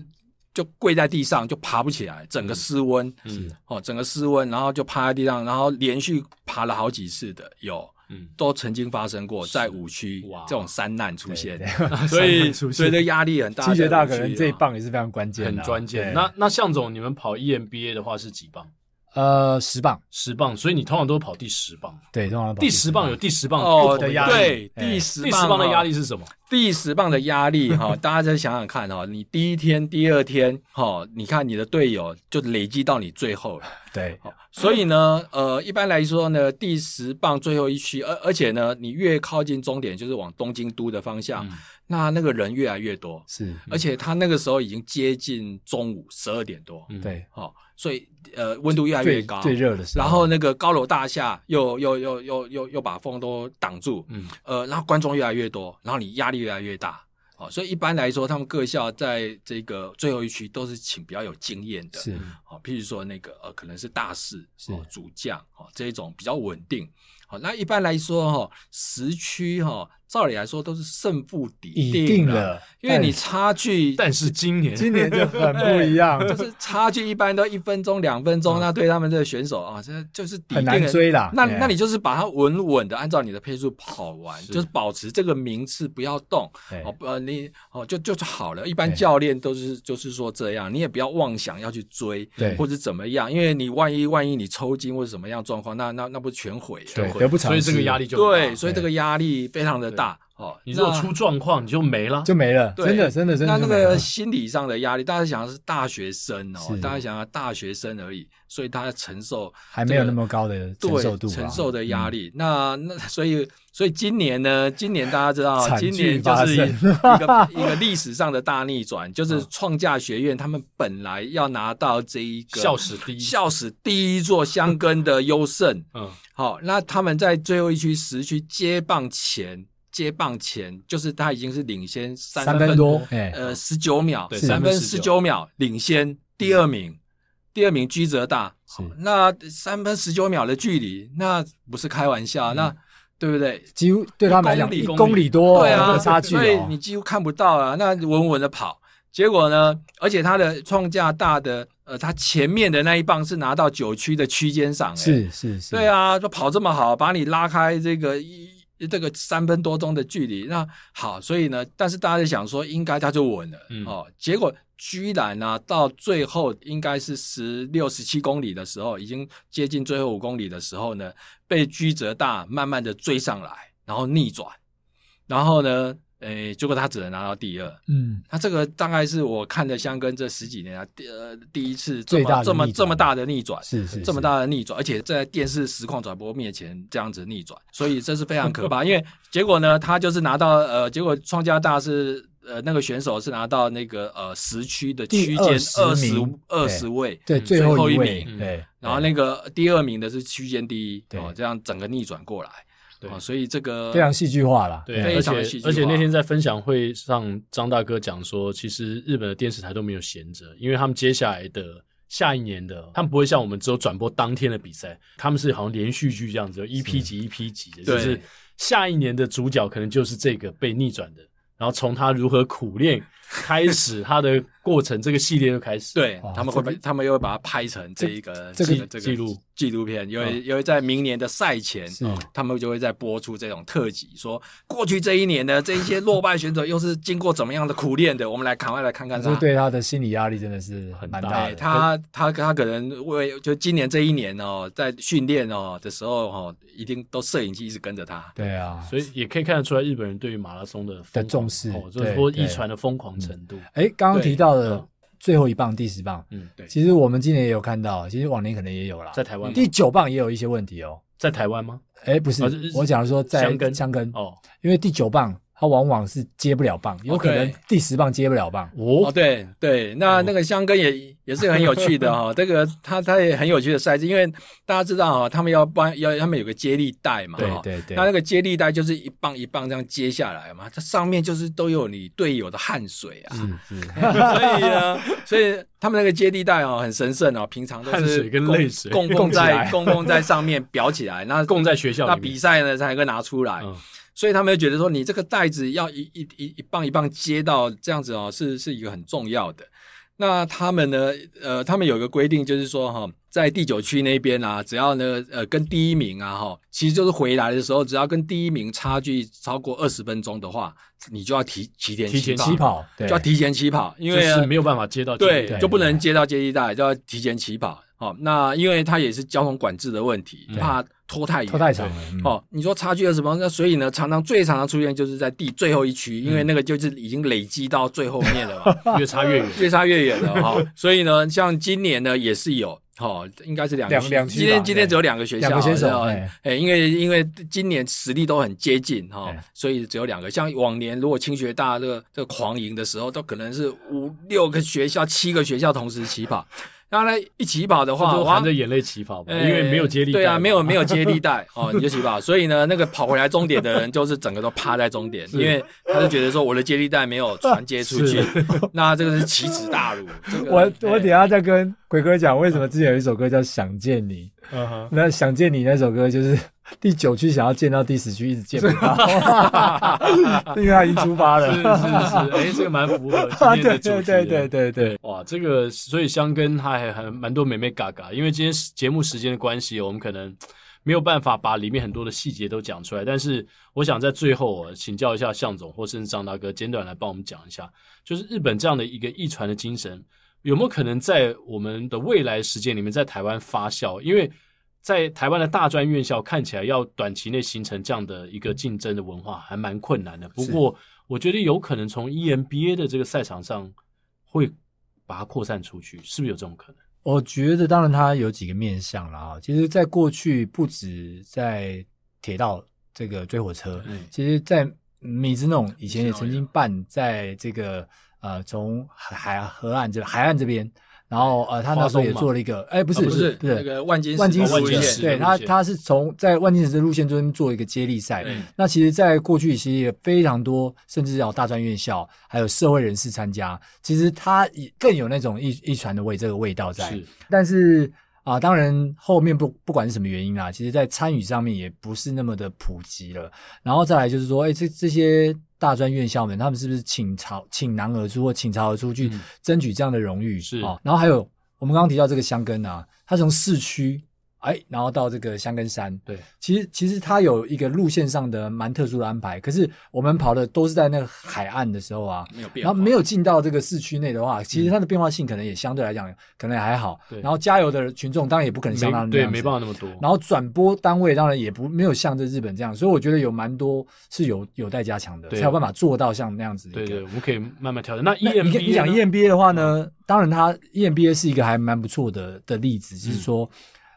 [SPEAKER 3] 就跪在地上就爬不起来，整个失温，
[SPEAKER 1] 嗯
[SPEAKER 3] 哦，整个失温，然后就趴在地上，然后连续爬了好几次的有。
[SPEAKER 1] 嗯，
[SPEAKER 3] 都曾经发生过在五区
[SPEAKER 1] 哇
[SPEAKER 3] 这种山难出现
[SPEAKER 2] 对，
[SPEAKER 3] 所以
[SPEAKER 2] 出现
[SPEAKER 3] 所以这压力很大。
[SPEAKER 2] 清学大
[SPEAKER 3] 在
[SPEAKER 2] 可
[SPEAKER 3] 五区
[SPEAKER 2] 能这一
[SPEAKER 3] 哦
[SPEAKER 2] 棒也是非常关键
[SPEAKER 1] 很
[SPEAKER 2] 的啊，
[SPEAKER 1] 专键。
[SPEAKER 2] 对
[SPEAKER 1] 那那向总，你们跑 E EMBA 的话是几棒？
[SPEAKER 2] 呃十棒，
[SPEAKER 1] 十棒，所以你通常都跑第十棒。
[SPEAKER 2] 对，通常跑
[SPEAKER 1] 第十棒有第十棒不
[SPEAKER 3] 哦
[SPEAKER 1] 同的
[SPEAKER 2] 的
[SPEAKER 1] 压
[SPEAKER 2] 压
[SPEAKER 1] 力，
[SPEAKER 3] 对，
[SPEAKER 2] 哎
[SPEAKER 3] 第十
[SPEAKER 1] 第十棒的
[SPEAKER 3] 哦
[SPEAKER 1] 压力，是什么？
[SPEAKER 3] 第十棒的 压力哈，大家再想想看哈，你第一天、第二天哈，你看你的队友就累积到你最后了。
[SPEAKER 2] 对
[SPEAKER 3] 好所以呢，呃，一般来说呢，第十棒最后一区，而而且呢，你越靠近终点，就是往东京都的方向，
[SPEAKER 1] 嗯
[SPEAKER 3] 那那个人越来越多，
[SPEAKER 2] 是，
[SPEAKER 3] 而且他那个时候已经接近中午十二点多，
[SPEAKER 1] 嗯，
[SPEAKER 2] 对，
[SPEAKER 3] 好、所以呃，温度越来越
[SPEAKER 2] 最
[SPEAKER 3] 高，
[SPEAKER 2] 最热的时候，
[SPEAKER 3] 然后那个高楼大厦又又又又又又把风都挡住，
[SPEAKER 1] 嗯，
[SPEAKER 3] 呃，然后观众越来越多，然后你压力越来越大，哦，所以一般来说，他们各校在这个最后一区都是请比较有经验的，
[SPEAKER 2] 是
[SPEAKER 3] 哦，譬如说那个呃，可能是大四
[SPEAKER 2] 是
[SPEAKER 3] 哦，主将哦这一种比较稳定，好、那一般来说哈、哦，时区哈、哦，照理来说都是胜负底
[SPEAKER 2] 已
[SPEAKER 3] 定
[SPEAKER 2] 定
[SPEAKER 3] 了，
[SPEAKER 2] 了，
[SPEAKER 3] 因为
[SPEAKER 2] 但
[SPEAKER 3] 你差距
[SPEAKER 1] 但是今年
[SPEAKER 2] 今年就很不一 样，
[SPEAKER 3] 就是差距一般都一分钟、两分钟，那对他们这个选手啊，这就是底定
[SPEAKER 2] 嗯很难追啦哎
[SPEAKER 3] 那
[SPEAKER 2] 对
[SPEAKER 3] 那你就是把它稳稳的按照你的配速跑完，
[SPEAKER 1] 是
[SPEAKER 3] 就是保持这个名次不要动。
[SPEAKER 2] 对
[SPEAKER 3] 哦，不呃，你哦就就好了。一般
[SPEAKER 2] 对
[SPEAKER 3] 教练都是就是说这样，你也不要妄想要去追，
[SPEAKER 2] 对
[SPEAKER 3] 或者怎么样，因为你万一万一你抽筋或者什么样状况，那那那不是全毁了。
[SPEAKER 2] 对得不偿
[SPEAKER 1] 所以
[SPEAKER 2] 失，
[SPEAKER 1] 这个压力就很大
[SPEAKER 3] 对，所以这个压力非常的大。哦，
[SPEAKER 1] 你如果
[SPEAKER 3] 那
[SPEAKER 1] 出状况，你就没了。
[SPEAKER 2] 就没了，
[SPEAKER 3] 对
[SPEAKER 2] 真的真的真的
[SPEAKER 3] 那那
[SPEAKER 2] 就没了
[SPEAKER 3] 个心理上的压力，大家想的是大学生哦
[SPEAKER 2] 是，
[SPEAKER 3] 大家想要大学生而已，所以他承受
[SPEAKER 2] 还没有那么高的
[SPEAKER 3] 对
[SPEAKER 2] 承受度吧，啊嗯
[SPEAKER 3] 承受的压力。那那所以所以今年呢，今年大家知道，
[SPEAKER 2] 惨剧
[SPEAKER 3] 今年就是一
[SPEAKER 2] 发
[SPEAKER 3] 一个一个历史上的大逆转，
[SPEAKER 2] 嗯
[SPEAKER 3] 就是创价学院他们本来要拿到这一个
[SPEAKER 1] 校史第一，
[SPEAKER 3] 校史第一座香根的优胜，
[SPEAKER 1] 嗯，
[SPEAKER 3] 好，那他们在最后一区十区接棒前。接棒前，就是他已经是领先三
[SPEAKER 2] 三分多，哎，
[SPEAKER 3] 呃，十九秒，
[SPEAKER 1] 对
[SPEAKER 3] 三分
[SPEAKER 1] 3
[SPEAKER 3] 十
[SPEAKER 1] 分
[SPEAKER 3] 九秒领先第二名，第二名居泽大。
[SPEAKER 2] 嗯是
[SPEAKER 3] 那三分十九秒的距离，那不是开玩
[SPEAKER 2] 嗯
[SPEAKER 3] 笑，那对不对？
[SPEAKER 2] 几乎对他们来讲
[SPEAKER 1] 一
[SPEAKER 2] 一
[SPEAKER 1] 公里
[SPEAKER 2] 公里多，
[SPEAKER 3] 对
[SPEAKER 2] 这
[SPEAKER 3] 啊，
[SPEAKER 2] 哦个差距
[SPEAKER 3] 所以你
[SPEAKER 2] 哦，
[SPEAKER 3] 几乎看不到啊。那稳稳的跑，结果呢？而且他的创价大的，呃，他前面的那一棒是拿到九区的区间赏、欸，
[SPEAKER 2] 是是是，
[SPEAKER 3] 对，啊，就跑这么好，把你拉开这个一这个三分多钟的距离，那好，所以呢，但是大家就想说，应该他就稳了、
[SPEAKER 1] 嗯
[SPEAKER 3] 哦，结果居然啊，到最后应该是十六、十七公里的时候，已经接近最后五公里的时候呢，被居泽大慢慢的追上来，然后逆转，然后呢，诶，结果他只能拿到第二，
[SPEAKER 2] 嗯，
[SPEAKER 3] 那这个大概是我看的香根这十几年啊，第呃第一次这
[SPEAKER 2] 最大
[SPEAKER 3] 么
[SPEAKER 2] 的
[SPEAKER 3] 这么
[SPEAKER 2] 逆转
[SPEAKER 3] 这么大的逆转，
[SPEAKER 2] 是是
[SPEAKER 3] 这么
[SPEAKER 2] 是
[SPEAKER 3] 大的逆转，而且在电视实况转播面前这样子逆转，所以这是非常可怕。因为结果呢，他就是拿到呃，结果创加大是呃那个选手是拿到那个呃时区的
[SPEAKER 2] 第
[SPEAKER 3] 区间二
[SPEAKER 2] 20
[SPEAKER 3] 十
[SPEAKER 2] 名
[SPEAKER 3] 二十位，
[SPEAKER 2] 对，
[SPEAKER 1] 嗯
[SPEAKER 2] 最
[SPEAKER 3] 最
[SPEAKER 2] 后
[SPEAKER 3] 后
[SPEAKER 2] 一
[SPEAKER 3] 一
[SPEAKER 2] 位哎
[SPEAKER 3] 名，
[SPEAKER 1] 嗯
[SPEAKER 2] 对，
[SPEAKER 3] 然后那个第二名的是区间第一，
[SPEAKER 2] 对啊
[SPEAKER 3] 哦，这样整个逆转过来，
[SPEAKER 1] 对
[SPEAKER 3] 哦，所以这个
[SPEAKER 2] 非常戏剧化哎了，
[SPEAKER 1] 对，
[SPEAKER 3] 非
[SPEAKER 1] 而
[SPEAKER 3] 常的戏
[SPEAKER 1] 且
[SPEAKER 3] 剧化
[SPEAKER 1] 而且那天在分享会上，张大哥讲说，其实日本的电视台都没有闲着，因为他们接下来的下一年的，他们不会像我们只有转播当天的比赛，他们是好像连续剧这样子，有一批集一批集的，就
[SPEAKER 3] 对
[SPEAKER 1] 是下一年的主角可能就是这个被逆转的，然后从他如何苦练开 始，他的过程这个系列就开始。
[SPEAKER 3] 对
[SPEAKER 2] 哇，
[SPEAKER 3] 他们会
[SPEAKER 2] 这
[SPEAKER 3] 把他们又会把它拍成这一个
[SPEAKER 2] 这这
[SPEAKER 1] 个
[SPEAKER 3] 这个
[SPEAKER 1] 纪录
[SPEAKER 3] 纪录片，因为因为在明年的赛前
[SPEAKER 2] 嗯是，
[SPEAKER 3] 他们就会在播出这种特辑，说过去这一年呢，这一些落败选手又是经过怎么样的苦练的，我们来赶快来看看
[SPEAKER 2] 这
[SPEAKER 3] 他。
[SPEAKER 2] 对他啊的心理压力真的是
[SPEAKER 1] 很
[SPEAKER 2] 蛮
[SPEAKER 1] 大
[SPEAKER 2] 大
[SPEAKER 3] 哎，
[SPEAKER 2] 的，
[SPEAKER 3] 他他他可能为就今年这一年哦，在训练哦的时候哦，一定都摄影机一直跟着他。
[SPEAKER 2] 对啊，
[SPEAKER 1] 所以也可以看得出来，日本人对于马拉松的疯狂
[SPEAKER 2] 的重视
[SPEAKER 1] 哦，就是
[SPEAKER 2] 对
[SPEAKER 1] 说
[SPEAKER 2] 对
[SPEAKER 1] 一传的疯狂程度。
[SPEAKER 2] 哎，刚刚
[SPEAKER 3] 对
[SPEAKER 2] 提到的
[SPEAKER 1] 嗯
[SPEAKER 2] 最后一棒第十棒，
[SPEAKER 1] 嗯，
[SPEAKER 3] 对
[SPEAKER 2] 其实我们今年也有看到，其实往年可能也有啦，
[SPEAKER 1] 在台湾吗，
[SPEAKER 2] 第九棒也有一些问题哦。
[SPEAKER 1] 在台湾吗？
[SPEAKER 2] 哎，不是
[SPEAKER 1] 哦是，
[SPEAKER 2] 我讲说在
[SPEAKER 1] 香根
[SPEAKER 2] 香根，
[SPEAKER 1] 哦，
[SPEAKER 2] 因为第九棒他往往是接不了棒，有可能
[SPEAKER 3] 对
[SPEAKER 2] 第十棒接不了棒。
[SPEAKER 3] 哦，
[SPEAKER 1] 我
[SPEAKER 3] 对对，那那个香根也也是很有趣的哈、哦，这个他他也很有趣的赛制，因为大家知道哈、哦，他们要帮要他们有个接力带嘛，
[SPEAKER 2] 对
[SPEAKER 1] 哦
[SPEAKER 3] 哈
[SPEAKER 2] 对对
[SPEAKER 3] 那那个接力带就是一棒一棒这样接下来嘛，它上面就是都有你队友的汗水啊，
[SPEAKER 2] 是是，
[SPEAKER 3] 所以呢，所以他们那个接力带哦很神圣哦，平常都
[SPEAKER 1] 汗
[SPEAKER 3] 是
[SPEAKER 1] 水跟
[SPEAKER 3] 供
[SPEAKER 1] 泪水
[SPEAKER 3] 供
[SPEAKER 1] 供
[SPEAKER 3] 供
[SPEAKER 1] 起
[SPEAKER 3] 在
[SPEAKER 1] 来
[SPEAKER 3] 供供在上面裱起来，那
[SPEAKER 1] 供在学校
[SPEAKER 3] 那
[SPEAKER 1] 里面
[SPEAKER 3] 比赛呢才能够拿出来，
[SPEAKER 1] 嗯
[SPEAKER 3] 所以他们就觉得说，你这个袋子要一一一一棒一棒接到这样子哦，是是一个很重要的。那他们呢？呃，他们有一个规定，就是说哈、在第九区那边啊，只要呢呃跟第一名啊哈、其实就是回来的时候，只要跟第一名差距超过二十分钟的话，你就要提提前
[SPEAKER 1] 提前
[SPEAKER 3] 起
[SPEAKER 2] 起跑对
[SPEAKER 3] 就要提前起跑，因
[SPEAKER 1] 就
[SPEAKER 3] 为呢
[SPEAKER 1] 是没有办法接到
[SPEAKER 3] 啊对
[SPEAKER 1] 接力
[SPEAKER 2] 对
[SPEAKER 3] 就不能接到接力带，就要提前起跑。好、那因为它也是交通管制的问题，怕拖太远。
[SPEAKER 2] 拖太长了。嗯
[SPEAKER 3] 哦，你说差距二十分，那所以呢，常常最常常出现就是在第最后一区，因
[SPEAKER 2] 嗯
[SPEAKER 3] 为那个就是已经累积到最后面了嘛，
[SPEAKER 1] 越差越远。
[SPEAKER 3] 越差越远 了哈、所以呢，像今年呢也是有。哦，应该是两个
[SPEAKER 2] 两
[SPEAKER 3] 学
[SPEAKER 2] 两区
[SPEAKER 3] 今
[SPEAKER 2] 吧哎
[SPEAKER 3] 天今天只有两个学校，
[SPEAKER 2] 两个选手
[SPEAKER 3] 哦
[SPEAKER 2] 哎
[SPEAKER 3] 哎、因为因为今年实力都很接近哈、哦
[SPEAKER 2] 哎，
[SPEAKER 3] 所以只有两个。像往年如果清学大这个这个狂赢的时候，都可能是五六个学校、七个学校同时起跑，然后呢一起跑的
[SPEAKER 1] 他
[SPEAKER 3] 话，
[SPEAKER 1] 都
[SPEAKER 3] 哇
[SPEAKER 1] 含着，眼泪起跑吧，
[SPEAKER 3] 哎
[SPEAKER 1] 因为没有接力带嘛。
[SPEAKER 3] 对啊，没有没有接力带哦，你就起跑。所以呢，那个跑回来终点的人就是整个都趴在终点，因为他就觉得说我的接力带没有传接出去， 那这个是奇耻大辱。这个
[SPEAKER 2] 我
[SPEAKER 3] 哎
[SPEAKER 2] 我等一下再跟鬼哥讲，为什么之前有一首歌叫《想见 你》，
[SPEAKER 1] 嗯哼，
[SPEAKER 2] 那《想见你》那首歌就是 第九区想要见到第十区，一直见不 到， 因为他已经出发
[SPEAKER 1] 是是
[SPEAKER 2] 了。
[SPEAKER 1] 是，哎，这个蛮符合今天
[SPEAKER 2] 对
[SPEAKER 3] 啊
[SPEAKER 1] 的主
[SPEAKER 2] 对
[SPEAKER 1] 题。啊
[SPEAKER 2] 对对。对对，
[SPEAKER 1] 哇，这个所以香根他还还蛮多美美嘎嘎，因为今天节目时间的关系，我们可能没有办法把里面很多的细节都讲出来，但是我想在最后、啊、请教一下向总或甚至张大哥，简短来帮我们讲一下，就是日本这样的一个一传的精神，有没有可能在我们的未来时间里面在台湾发酵？因为在台湾的大专院校看起来要短期内形成这样的一个竞争的文化还蛮困难的。不过，我觉得有可能从 E EMBA 的这个赛场上会把它扩散出去，是不是有这种可能？
[SPEAKER 2] 我觉得当然它有几个面向了啊。其实，在过去不止在铁道这个追火车，
[SPEAKER 1] 嗯
[SPEAKER 2] 其实，在米兹弄以前也
[SPEAKER 3] 米兹
[SPEAKER 2] 曾
[SPEAKER 3] 弄
[SPEAKER 2] 经办在这个呃从海海河岸这海岸这边，然后呃，他那时候也
[SPEAKER 1] 华东嘛
[SPEAKER 2] 做了一个，哎，不是
[SPEAKER 3] 啊不是
[SPEAKER 2] 不
[SPEAKER 3] 那
[SPEAKER 2] 是
[SPEAKER 3] 个万金石
[SPEAKER 2] 万金
[SPEAKER 1] 石
[SPEAKER 3] 路
[SPEAKER 1] 路
[SPEAKER 2] 石，
[SPEAKER 1] 线
[SPEAKER 2] 对
[SPEAKER 1] 路
[SPEAKER 2] 他
[SPEAKER 1] 线
[SPEAKER 2] 他是从在万金石的路线中间做一个接力赛。
[SPEAKER 3] 哎
[SPEAKER 1] 嗯
[SPEAKER 2] 那其实，在过去其实也非常多，甚至有大专院校，还有社会人士参加。其实他也更有那种一一传的味这个味道在。
[SPEAKER 1] 是
[SPEAKER 2] 但是啊，当然后面不不管是什么原因啦，其实在参与上面也不是那么的普及了。然后再来就是说，哎，这这些大专院校们，他们是不是倾巢倾囊而出或倾巢而出去
[SPEAKER 1] 嗯
[SPEAKER 2] 争取这样的荣誉？
[SPEAKER 1] 是
[SPEAKER 2] 啊、然后还有我们刚刚提到这个香根啊，它从市区。哎，然后到这个香根山，
[SPEAKER 1] 对，
[SPEAKER 2] 其实其实它有一个路线上的蛮特殊的安排。可是我们跑的都是在那个海岸的时候啊，
[SPEAKER 3] 没有变
[SPEAKER 2] 然
[SPEAKER 3] 化，
[SPEAKER 2] 后没有进到这个市区内的话，其实它的变化性可能也相对来讲可能还好。
[SPEAKER 1] 嗯对
[SPEAKER 2] 然后加油的群众当然也不可能像他们
[SPEAKER 1] 没对没办法
[SPEAKER 2] 法。
[SPEAKER 1] 那么多。
[SPEAKER 2] 然后转播单位当然也不没有像这日本这样，所以我觉得有蛮多是有有待加强的，
[SPEAKER 1] 对
[SPEAKER 2] 才有办法做到像那样子一个。
[SPEAKER 1] 对对，我们可以慢慢调整。那 E
[SPEAKER 2] 那你
[SPEAKER 1] EMB
[SPEAKER 2] 你讲 E
[SPEAKER 1] 呢
[SPEAKER 2] EMBA 的话呢，当然它 E EMBA 是一个还蛮不错的的例子，就是说，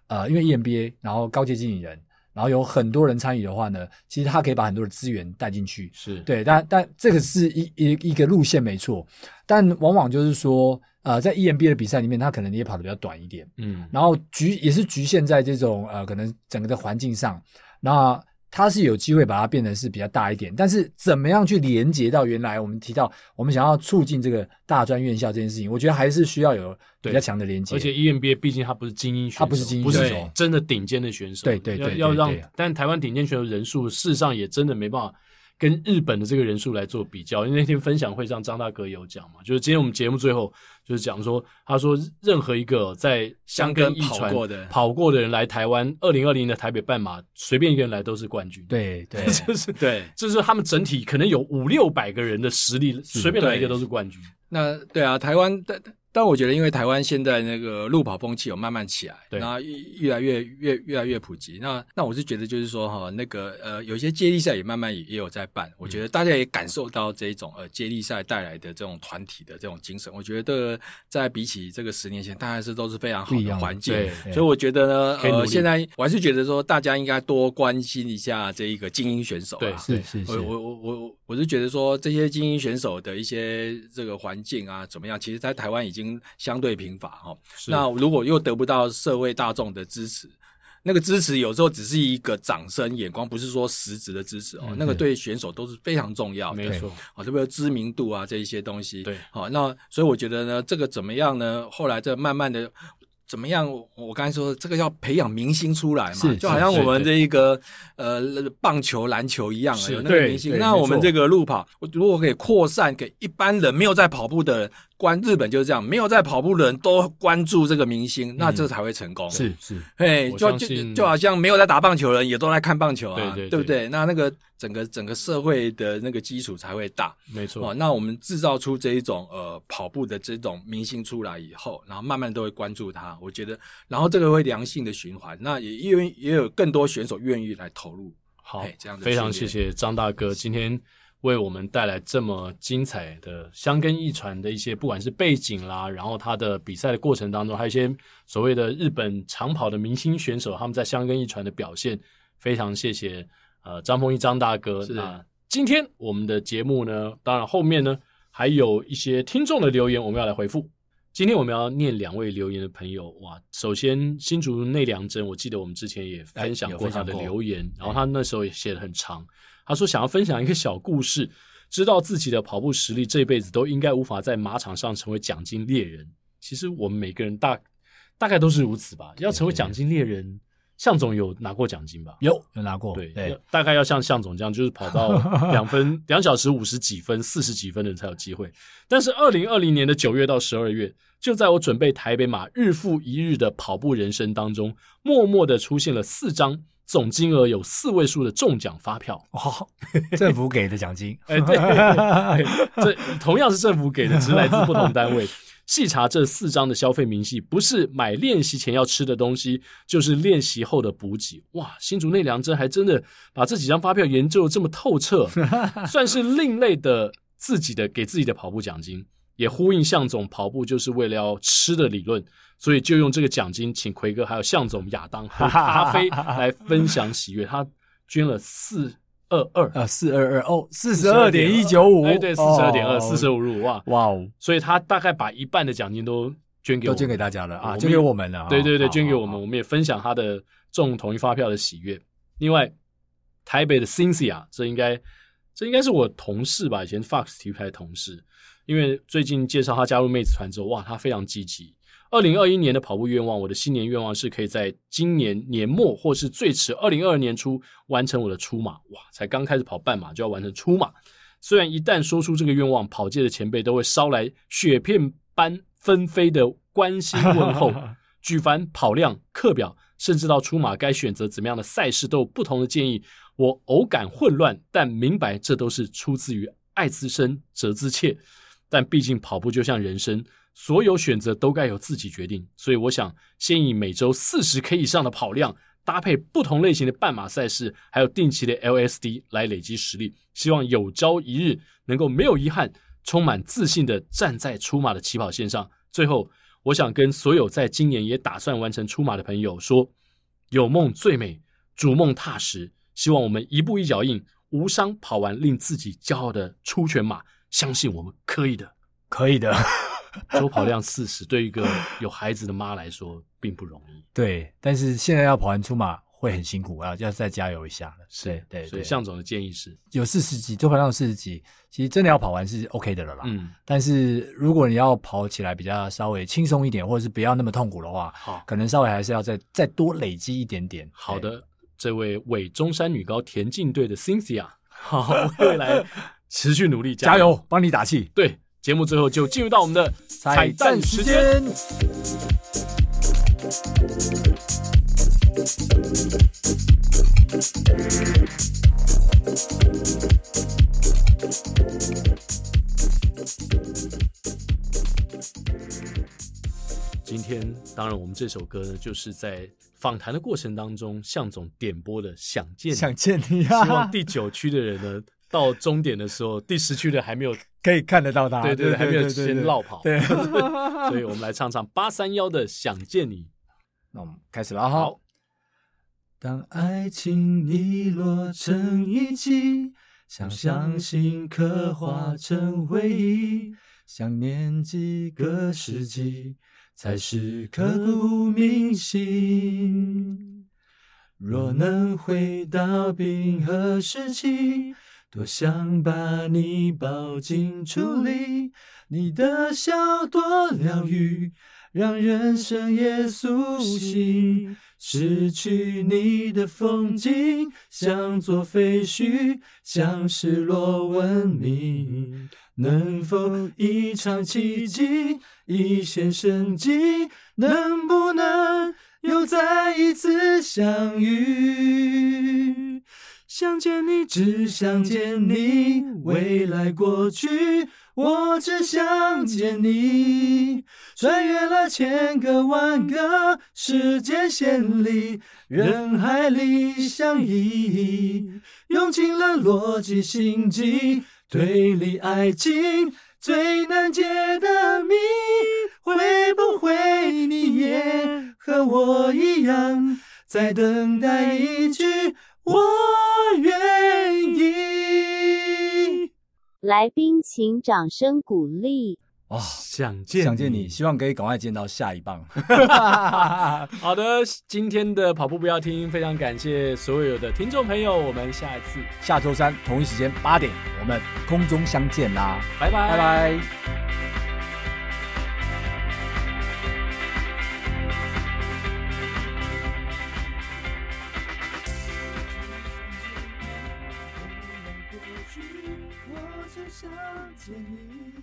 [SPEAKER 2] 呃，因为 EMBA，然后高阶经理人，然后有很多人参与的话呢，其实它可以把很多的资源带进去，
[SPEAKER 1] 是
[SPEAKER 2] 对，但但这个是一一一个路线没错，但往往就是说，呃，在 EMBA 的比赛里面，他可能也跑得比较短一点，
[SPEAKER 1] 嗯
[SPEAKER 2] 然后局也是局限在这种呃，可能整个的环境上，那它是有机会把它变成是比较大一点，但是怎么样去连接到原来我们提到我们想要促进这个大专院校这件事情，我觉得还是需要有比较强的连接，
[SPEAKER 1] 而且 E EMBA 毕竟它不是精英选手，
[SPEAKER 2] 它不是精英
[SPEAKER 1] 不
[SPEAKER 3] 选
[SPEAKER 1] 是
[SPEAKER 2] 手
[SPEAKER 1] 真的顶尖的选手。
[SPEAKER 2] 对对对对
[SPEAKER 1] 要要让
[SPEAKER 2] 对对，
[SPEAKER 1] 但台湾顶尖选手人数事实上也真的没办法跟日本的这个人数来做比较。因为那天分享会上张大哥有讲嘛，就是今天我们节目最后就是讲说，他说任何一个在香
[SPEAKER 3] 跟
[SPEAKER 1] 港
[SPEAKER 3] 跑过的
[SPEAKER 1] 跑过的人来台湾，二零二零的台北半马，随便一个人来都是冠军。，
[SPEAKER 2] 对 对
[SPEAKER 1] 就是
[SPEAKER 3] 对。
[SPEAKER 1] 就是他们整体可能有五六百个人的实力，随便来一个都是冠军。
[SPEAKER 3] 那对啊，台湾但但我觉得，因为台湾现在那个路跑风气有慢慢起来，
[SPEAKER 1] 对
[SPEAKER 3] 然后越越来越越越来越普及。那那我是觉得就是说哈，那个呃，有一些接力赛也慢慢也也有在办，我
[SPEAKER 1] 嗯
[SPEAKER 3] 觉得大家也感受到这一种呃接力赛带来的这种团体的这种精神。我觉得在比起这个十年前，当然是都是非常好
[SPEAKER 2] 不一样的
[SPEAKER 3] 的环境
[SPEAKER 1] 对。
[SPEAKER 3] 所以我觉得呢，
[SPEAKER 1] 可以努
[SPEAKER 3] 呃，
[SPEAKER 1] 力
[SPEAKER 3] 现在我还是觉得说，大家应该多关心一下这一个精英选手、啊。
[SPEAKER 1] 对
[SPEAKER 2] 是是
[SPEAKER 3] 我
[SPEAKER 2] 是，
[SPEAKER 3] 我我我我我是觉得说，这些精英选手的一些这个环境啊，怎么样？其实，在台湾已经相对贫乏哈、哦。
[SPEAKER 1] 是
[SPEAKER 3] 那如果又得不到社会大众的支持，那个支持有时候只是一个掌声、眼光，不是说实质的支持哦。那个对选手都是非常重要的
[SPEAKER 1] 嗯没。错，
[SPEAKER 3] 啊，特别是知名度啊这一些东西。
[SPEAKER 1] 对
[SPEAKER 3] 好、那所以我觉得呢，这个怎么样呢？后来这慢慢的怎么样？我我刚才说这个要培养明星出来嘛
[SPEAKER 2] 是，
[SPEAKER 3] 就好像
[SPEAKER 1] 是
[SPEAKER 3] 我们
[SPEAKER 1] 对
[SPEAKER 3] 这一个呃棒球、篮球一样啊，
[SPEAKER 1] 是
[SPEAKER 3] 有那个
[SPEAKER 2] 对
[SPEAKER 3] 明星。
[SPEAKER 2] 对
[SPEAKER 3] 那
[SPEAKER 2] 没
[SPEAKER 3] 我们
[SPEAKER 2] 错
[SPEAKER 3] 这个路跑，我如果可以扩散给一般人没有在跑步的人，关日本就是这样，没有在跑步的人都关注这个明星，那这才会成功。
[SPEAKER 2] 是是
[SPEAKER 3] 哎，
[SPEAKER 1] 嗯我
[SPEAKER 3] 就
[SPEAKER 1] 相
[SPEAKER 3] 就
[SPEAKER 1] 信
[SPEAKER 3] 就好像没有在打棒球的人也都在看棒球啊，
[SPEAKER 1] 对对
[SPEAKER 3] 不对？那那个整个整个社会的那个基础才会大。
[SPEAKER 1] 没
[SPEAKER 3] 哇，
[SPEAKER 1] 错，
[SPEAKER 3] 哦那我们制造出这一种呃跑步的这种明星出来以后，然后慢慢都会关注他，我觉得，然后这个会良性的循环，那也因为也有更多选手愿意来投入。
[SPEAKER 1] 好
[SPEAKER 3] 哎，这样的
[SPEAKER 1] 非常
[SPEAKER 3] 训
[SPEAKER 1] 谢
[SPEAKER 3] 练
[SPEAKER 1] 谢张大哥今天为我们带来这么精彩的香根一传的一些，不管是背景啦，然后他的比赛的过程当中，还有一些所谓的日本长跑的明星选手他们在香根一传的表现，非常谢谢呃张丰毅张大哥。
[SPEAKER 3] 是
[SPEAKER 1] 那今天我们的节目呢，当然后面呢还有一些听众的留言，我们要来回复。今天我们要念两位留言的朋友哇，首先新竹内良真，我记得我们之前也分享过他的
[SPEAKER 2] 哎有分享过
[SPEAKER 1] 留言，然后他那时候也写的很长，他说想要分享一个小故事，知道自己的跑步实力这辈子都应该无法在马场上成为奖金猎人。其实我们每个人大大概都是如此吧，要成为奖金猎人，向总有拿过奖金吧？
[SPEAKER 2] 有有拿过，
[SPEAKER 1] 对，要
[SPEAKER 2] 对
[SPEAKER 1] 大概要像向总这样，就是跑到两分两小时五十几分、四十几分的人才有机会。但是二零二零年的九月到十二月，就在我准备台北马日复一日的跑步人生当中，默默的出现了四张总金额有四位数的中奖发票。
[SPEAKER 2] 哦，政府给的奖金，
[SPEAKER 1] 哎，对，哎这同样是政府给的，只是来自不同单位。 细查这四张的消费明细，不是买练习前要吃的东西，就是练习后的补给。哇，新竹内良真还真的把这几张发票研究的这么透彻，算是另类的自己的给自己的跑步奖金，也呼应向总跑步就是为了要吃的理论，所以就用这个奖金请奎哥还有向总亚当喝咖啡来分享喜悦。他捐了四二二， 哎
[SPEAKER 2] 呃，四二二哦，四十二点一九五，
[SPEAKER 1] 哎，对，四十二点二，
[SPEAKER 2] 哦
[SPEAKER 1] 四舍五入，哇
[SPEAKER 2] 哇哦，
[SPEAKER 1] 所以他大概把一半的奖金都捐给我们
[SPEAKER 2] 都捐给大家了
[SPEAKER 1] 我
[SPEAKER 2] 啊，
[SPEAKER 1] 们
[SPEAKER 2] 捐给我们了啊。
[SPEAKER 1] 对对对，
[SPEAKER 2] 好
[SPEAKER 1] 捐给
[SPEAKER 2] 好
[SPEAKER 1] 我们，
[SPEAKER 2] 好
[SPEAKER 1] 我们也分享他的中统一发票的喜悦。另外，台北的 Cynthia，这应该这应该是我同事吧，以前 Fox 体育台的同事。因为最近介绍他加入妹子团之后，哇，他非常积极。二零二一年的跑步愿望，我的新年愿望是可以在今年年末或是最迟二零二二年初完成我的出马。哇，才刚开始跑半马就要完成出马，虽然一旦说出这个愿望，跑界的前辈都会捎来雪片般纷飞的关心问候。举凡跑量、课表，甚至到出马该选择怎么样的赛事，都有不同的建议。我偶感混乱，但明白这都是出自于爱之深，责之切。但毕竟跑步就像人生，所有选择都该由自己决定。所以我想，先以每周四十 K 以上的跑量，搭配不同类型的半马赛事，还有定期的 LSD 来累积实力。希望有朝一日能够没有遗憾，充满自信的站在出马的起跑线上。最后，我想跟所有在今年也打算完成出马的朋友说：有梦最美，逐梦踏实。希望我们一步一脚印，无伤跑完令自己骄傲的出全马。相信我们可以的。
[SPEAKER 2] 可以的。
[SPEAKER 1] 周跑量四十，对一个有孩子的妈来说并不容易。
[SPEAKER 2] 对，但是现在要跑完出马会很辛苦，要要再加油一下。对对
[SPEAKER 1] 所
[SPEAKER 2] 对，
[SPEAKER 1] 以向总的建议是，
[SPEAKER 2] 有四十级，周跑量四十级，其实真的要跑完是 OK 的了啦。
[SPEAKER 1] 嗯，
[SPEAKER 2] 但是如果你要跑起来比较稍微轻松一点，或者是不要那么痛苦的话，
[SPEAKER 1] 好
[SPEAKER 2] 可能稍微还是要再再多累积一点点。
[SPEAKER 1] 好
[SPEAKER 2] 对，
[SPEAKER 1] 的，这位伪中山女高田径队的 Cynthia，好，未来持续努力，
[SPEAKER 2] 加！油，帮你打气。
[SPEAKER 1] 对，节目最后就进入到我们的彩蛋时间。，今天，当然我们这首歌呢，就是在访谈的过程当中，向总点播的《想见你》，
[SPEAKER 2] 想见你
[SPEAKER 1] 希望
[SPEAKER 2] 啊，
[SPEAKER 1] 第九区的人呢，到终点的时候，第十区的还没有
[SPEAKER 2] 可以看得到他。
[SPEAKER 1] 对对对，
[SPEAKER 2] 啊对
[SPEAKER 1] 还没有
[SPEAKER 2] 对对
[SPEAKER 1] 先绕跑，
[SPEAKER 2] 对，
[SPEAKER 1] 所以我们来唱唱八三幺的《想见你》。
[SPEAKER 2] 那我们开始了啊哈
[SPEAKER 1] 好。，
[SPEAKER 2] 当爱情遗落成遗迹，想象心刻画成回忆，想念几个世纪，才是刻骨铭心。若能回到冰河时期，多想把你抱进处里，你的笑多疗愈，让人生也苏醒。失去你的风景，像座废墟，像失落文明。能否一场奇迹，一线生机？能不能又再一次相遇？想见你，只想见你，未来过去，我只想见你。穿越了千个万个时间线里，人海里相依，用尽了逻辑心机，推理爱情最难解的谜，会不会你也和我一样，在等待一句我愿意？
[SPEAKER 4] 来宾请掌声鼓励。
[SPEAKER 2] 哇、
[SPEAKER 1] 想见
[SPEAKER 2] 想见你，希望可以赶快见到下一棒。
[SPEAKER 1] 好的，今天的跑步不要停，非常感谢所有的听众朋友，我们下一次
[SPEAKER 2] 下周三同一时间八点，我们空中相见啦，
[SPEAKER 1] 拜拜
[SPEAKER 2] 拜拜。我只想见你，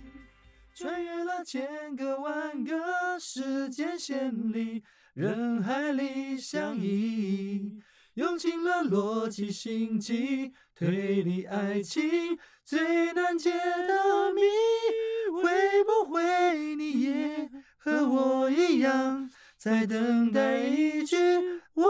[SPEAKER 2] 穿越了千个万个时间线里，人海里相依，用尽了逻辑心机，推理爱情最难解的谜，会不会你也和我一样，在等待一句我